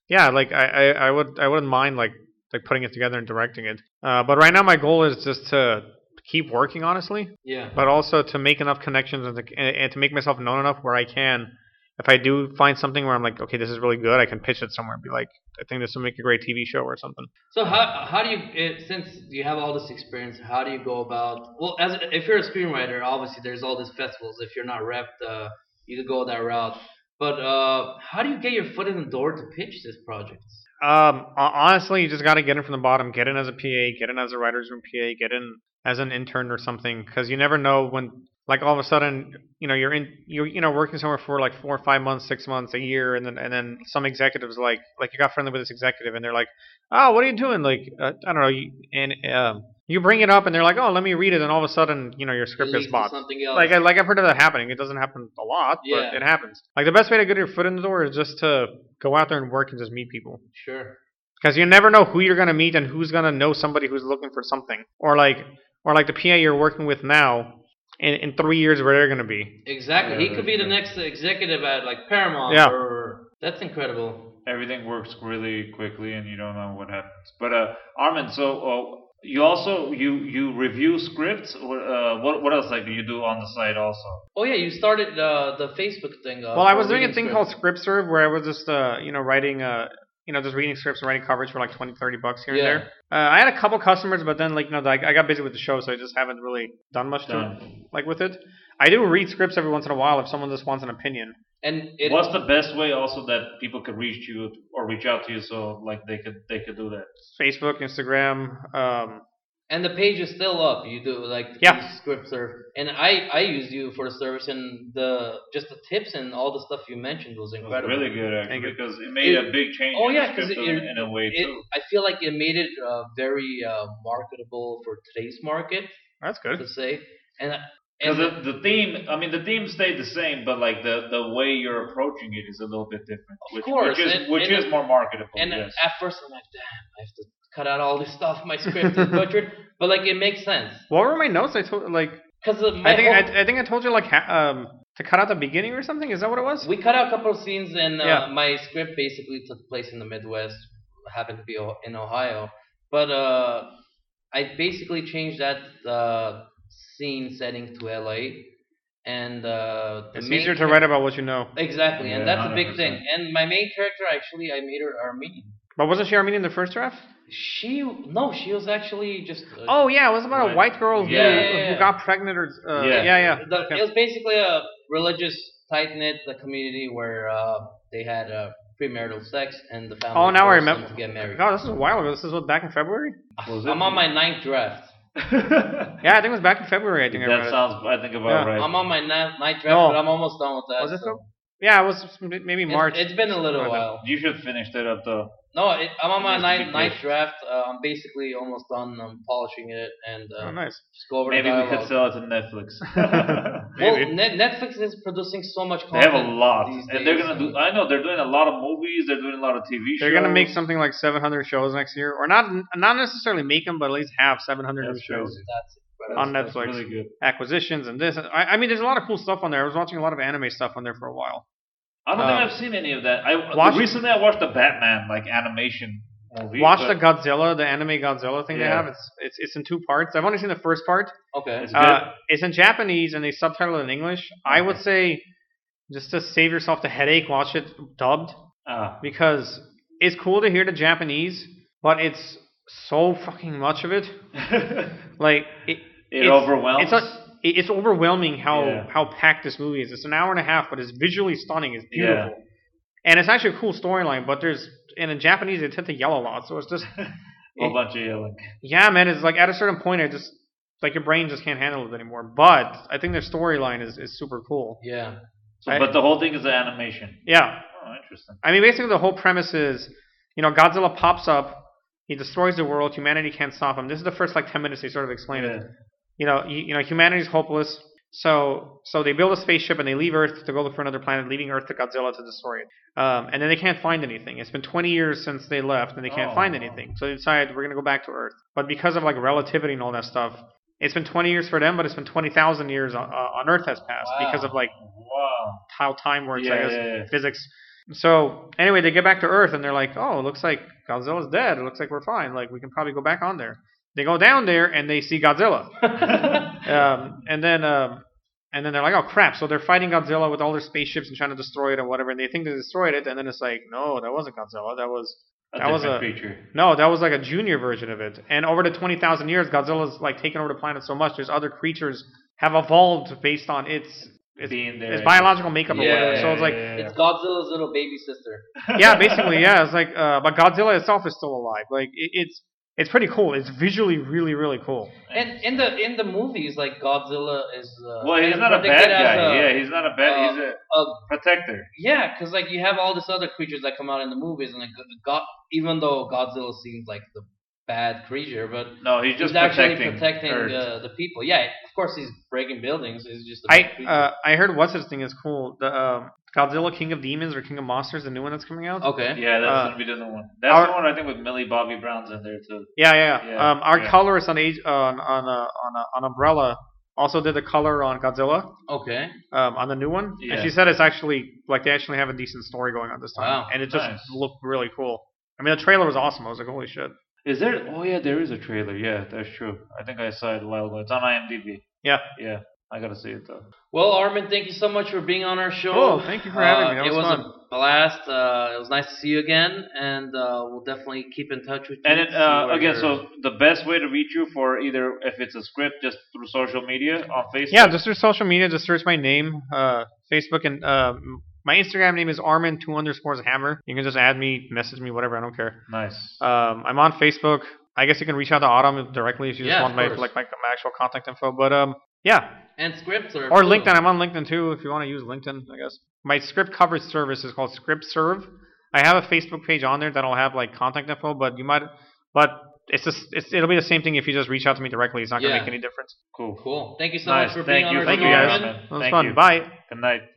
yeah, like I, I, I would I wouldn't mind like like putting it together and directing it. Uh, but right now my goal is just to keep working honestly,
yeah
but also to make enough connections and to, and and to make myself known enough where I can. If I do find something where I'm like, okay, this is really good, I can pitch it somewhere and be like, I think this will make a great TV show or something.
so how, how do you eh, since you have all this experience how do you go about well as if you're a screenwriter obviously there's all these festivals if you're not repped uh, you could go that route but uh, how do you get your foot in the door to pitch this project
Um, ho- honestly, you just got to get in from the bottom. Get in as a PA. Get in as a writers room PA. Get in as an intern or something, because you never know when, like, all of a sudden, you know, you're in, you're, you know, working somewhere for like four or five months, six months, a year, and then and then some executives like, like, you got friendly with this executive, and they're like, oh, what are you doing? Like, uh, I don't know, you, and um, you bring it up, and they're like, oh, let me read it, and all of a sudden, you know, your
It
script
leads
is
to
bought.
something else
Like I, like I've heard of that happening. It doesn't happen a lot,
Yeah.
but it happens. Like the best way to get your foot in the door is just to go out there and work and just meet people
sure
because you never know who you're gonna meet and who's gonna know somebody who's looking for something, or like, or like the PA you're working with now, in in three years where they're gonna be.
Exactly.
Yeah,
he
that's
could be the
true.
next executive at like Paramount.
Yeah.
Or, that's incredible.
Everything works really quickly, and you don't know what happens. But uh, Armin, so uh, you also you you review scripts. What uh, what what else like do you do on the site also?
Oh yeah, you started uh, the Facebook thing. Uh,
well, I
for
was doing a
reading
thing called
scripts.
Script Serve where I was just uh you know writing uh you know just reading scripts and writing coverage for like 20, 30 bucks here
Yeah.
and there. Uh, I had a couple customers, but then like you know like, I got busy with the show, so I just haven't really done much to it,
Done.
like with it. I do read scripts every once in a while if someone just wants an opinion.
And it,
What's the best way also that people could reach you or reach out to you so like they could they could do that?
Facebook, Instagram, um,
and the page is still up. You do like
Yeah.
the script serve, and I I used you for the service and the just the tips and all the stuff you mentioned was
It
incredible.
was really good actually
Thank you.
because it made
It-
a big change.
Oh,
in the
yeah, 'cause
script
it-
in a way
It,
too.
I feel like it made it uh, very uh, marketable for today's market
that's good.
to say, and uh,
Because
and
the, the theme, I mean, the theme stayed the same, but like the, the way you're approaching it is a little bit different,
Of
which,
course,
which is
and-
which
and-
is more marketable.
And
yes.
at first, I'm like, damn, I have to cut out all this stuff. My script is
[LAUGHS]
butchered, but like it makes sense
What were my notes? I told like
because my
I think
whole-
I, I think I told you like ha- um to cut out the beginning or something. Is that what it was?
we cut out a couple of scenes, and uh,
Yeah.
my script basically took place in the Midwest, happened to be O- in Ohio, but uh, I basically changed that uh, scene setting to LA, and uh, the
It's
main
easier to
char-
write about what you know.
Exactly, and
Yeah,
that's a big thing.
100%.
And my main character, actually, I made her Armenian.
But wasn't she Armenian in the first draft?
She no, she was actually just. uh,
Oh yeah, it was about a
Right.
white girl who,
Yeah,
yeah, yeah.
who got pregnant or uh,
Yeah.
yeah yeah.
The,
Okay.
It was basically a religious, tight knit community where uh, they had uh, premarital sex and the family.
Oh, now I
forced them
remember. Oh,
To get married.
God, this is a while ago. This is what back in February.
Was it?
I'm on
[LAUGHS]
my ninth draft.
Yeah, I think it was back in February. I think I
that
read
sounds, I think, about
Yeah.
right.
I'm on my ninth, ninth draft,
No.
but I'm almost done with
it.
that.
Was it?
so-
Feb- Yeah, it was maybe
It's-
March.
it's been a little
Okay.
while.
you should finish that up though.
No, it, I'm on my
It's been
ninth,
good.
ninth draft. Uh, I'm basically almost done. I'm polishing it and uh,
oh, nice.
just go over the
Maybe we could
dialogue.
sell it to Netflix.
[LAUGHS]
[LAUGHS] they
Well,
Maybe.
Net- Netflix is producing so much
have
content.
a lot,
these
and they're
days,
gonna
and-
do. I know they're doing a lot of movies. They're doing a lot of TV shows.
They're gonna make something like 700 shows next year, or not not necessarily make them, but at least have 700 new
That's
shows
crazy.
That's incredible.
on
That's
Netflix.
really good.
Acquisitions and this. I, I mean, there's a lot of cool stuff on there. I was watching a lot of anime stuff on there for a while.
I don't
Um,
think I've seen any of that. I
Watch-
recently I watched the Batman like animation movie.
Watch
but
the Godzilla, the anime Godzilla thing they
uh, Yeah.
have. It's, it's it's in two parts. I've only seen the first part.
Okay.
It's
Uh, it's in Japanese and they subtitle it in English. I would say just to save yourself the headache, watch it dubbed
good. Ah, [LAUGHS]
because it's cool to hear the Japanese, but it's so fucking much of it. Like it,
it
It's-
overwhelms.
it's a- it- it's overwhelming how
Yeah.
how packed this movie is. It's an hour and a half, but it's visually stunning. It's
Yeah.
beautiful, and it's actually a cool storyline. But there's and in Japanese they tend to yell a lot, so it's just
whole bunch of yelling.
yeah, man. It's like at a certain point, I just like your brain just can't handle it anymore. But I think their storyline is is super cool.
Yeah.
So,
I-
but the whole thing is the animation.
Yeah,
Oh, interesting.
I mean basically the whole premise is, you know, Godzilla pops up, he destroys the world, humanity can't stop him. This is the first like ten minutes they sort of explain it. you know, you, you know, humanity's hopeless. So, so they build a spaceship and they leave Earth to go look for another planet, leaving Earth to Godzilla to destroy it. Um, and then they can't find anything. It's been 20 years since they left, and they can't
Oh.
find anything. So they decide we're gonna go back to Earth. But because of like relativity and all that stuff, it's been 20 years for them, but it's been 20,000 years on, uh, on Earth has passed
Wow.
because of like
Wow.
how time works, I
Yeah,
guess,
yeah,
[LAUGHS]
yeah. [LAUGHS]
physics. So anyway, they get back to Earth and they're like, oh, it looks like Godzilla's dead. It looks like we're fine. Like we can probably go back on there. They go down there and they see Godzilla um, and then um, and then they're like, oh crap! So they're fighting Godzilla with all their spaceships and trying to destroy it or whatever, and they think they destroyed it, and then it's like, no, that wasn't Godzilla. That was
A
That was
different
a-
creature.
no, that was like a junior version of it. And over the twenty thousand years, Godzilla's like taken over the planet so much. There's other creatures have evolved based on its it's,
being there.
its biological makeup or
Yeah,
whatever. So it's like.
yeah,
It's Godzilla's little baby sister.
yeah. [LAUGHS]
Yeah, basically, yeah. It's like, uh, but Godzilla itself is still alive. Like, it, it's it's pretty cool. It's visually really, really cool.
And in the in the movies, like Godzilla is. Uh,
Well, he's
kind of
not a bad
depicted as
guy.
a- uh,
yeah, he's not a bad. he's a,
a-
protector.
Yeah, because like you have all this other creatures that come out in the movies, and like God, even though Godzilla seems like the bad creature, but
No, he's just
he's actually
protecting.
protecting
Earth.
uh, the people. Yeah, of course he's breaking buildings. He's just a
I
bad creature.
uh, I heard what's his thing is cool. The um, Godzilla King of Demons or King of Monsters, the new one that's coming
Oh,
out.
okay.
yeah, that's
uh,
gonna be the other one. That's
our-
the one I think with Millie Bobby Brown's in there too.
Yeah, yeah. yeah.
Yeah,
um, our
yeah.
colorist on age on on uh, on, uh, on Umbrella also did the color on Godzilla
Okay.
um, on the new one,
Yeah.
and she said it's actually like they actually have a decent story going on this time,
Wow,
and it just
nice.
looked really cool. I mean, the trailer was awesome. I was like, holy shit.
Is there? Oh yeah, there is a trailer. Yeah, that's true. I think I saw it a while ago. It's on IMDb.
Yeah.
Yeah, I gotta see it though.
Well, Armin, thank you so much for being on our show.
Cool, Oh, thank you for having
Uh,
me. That
it
was
was
fun.
a blast. Uh, it was nice to see you again, and uh, we'll definitely keep in touch with you.
And
to
it,
see
uh,
where
again,
you're-
so the best way to reach you for either if it's a script, just through social media on Facebook.
Yeah, just through social media, just search my name, uh, Facebook, and uh, my Instagram name is Armin two underscores Hammer. You can just add me, message me, whatever. I don't care.
Nice.
Um, I'm on Facebook. I guess you can reach out to Autumn directly if you just
Yeah,
want
of
my
course.
like my, my actual contact info. But um, yeah,
and scripts are
or
cool.
LinkedIn. I'm on LinkedIn too if you want to use LinkedIn. I guess my script coverage service is called Script Serve. I have a Facebook page on there that'll have like contact info, but you might, but it's just it's, it'll be the same thing if you just reach out to me directly. It's not gonna
Yeah.
make any difference.
Cool.
Cool. Thank you so
nice.
much for
Thank
being
you.
on our
Thank
show,
you guys.
Armin.
man.
It was
Thank
fun.
you.
Bye.
Good night.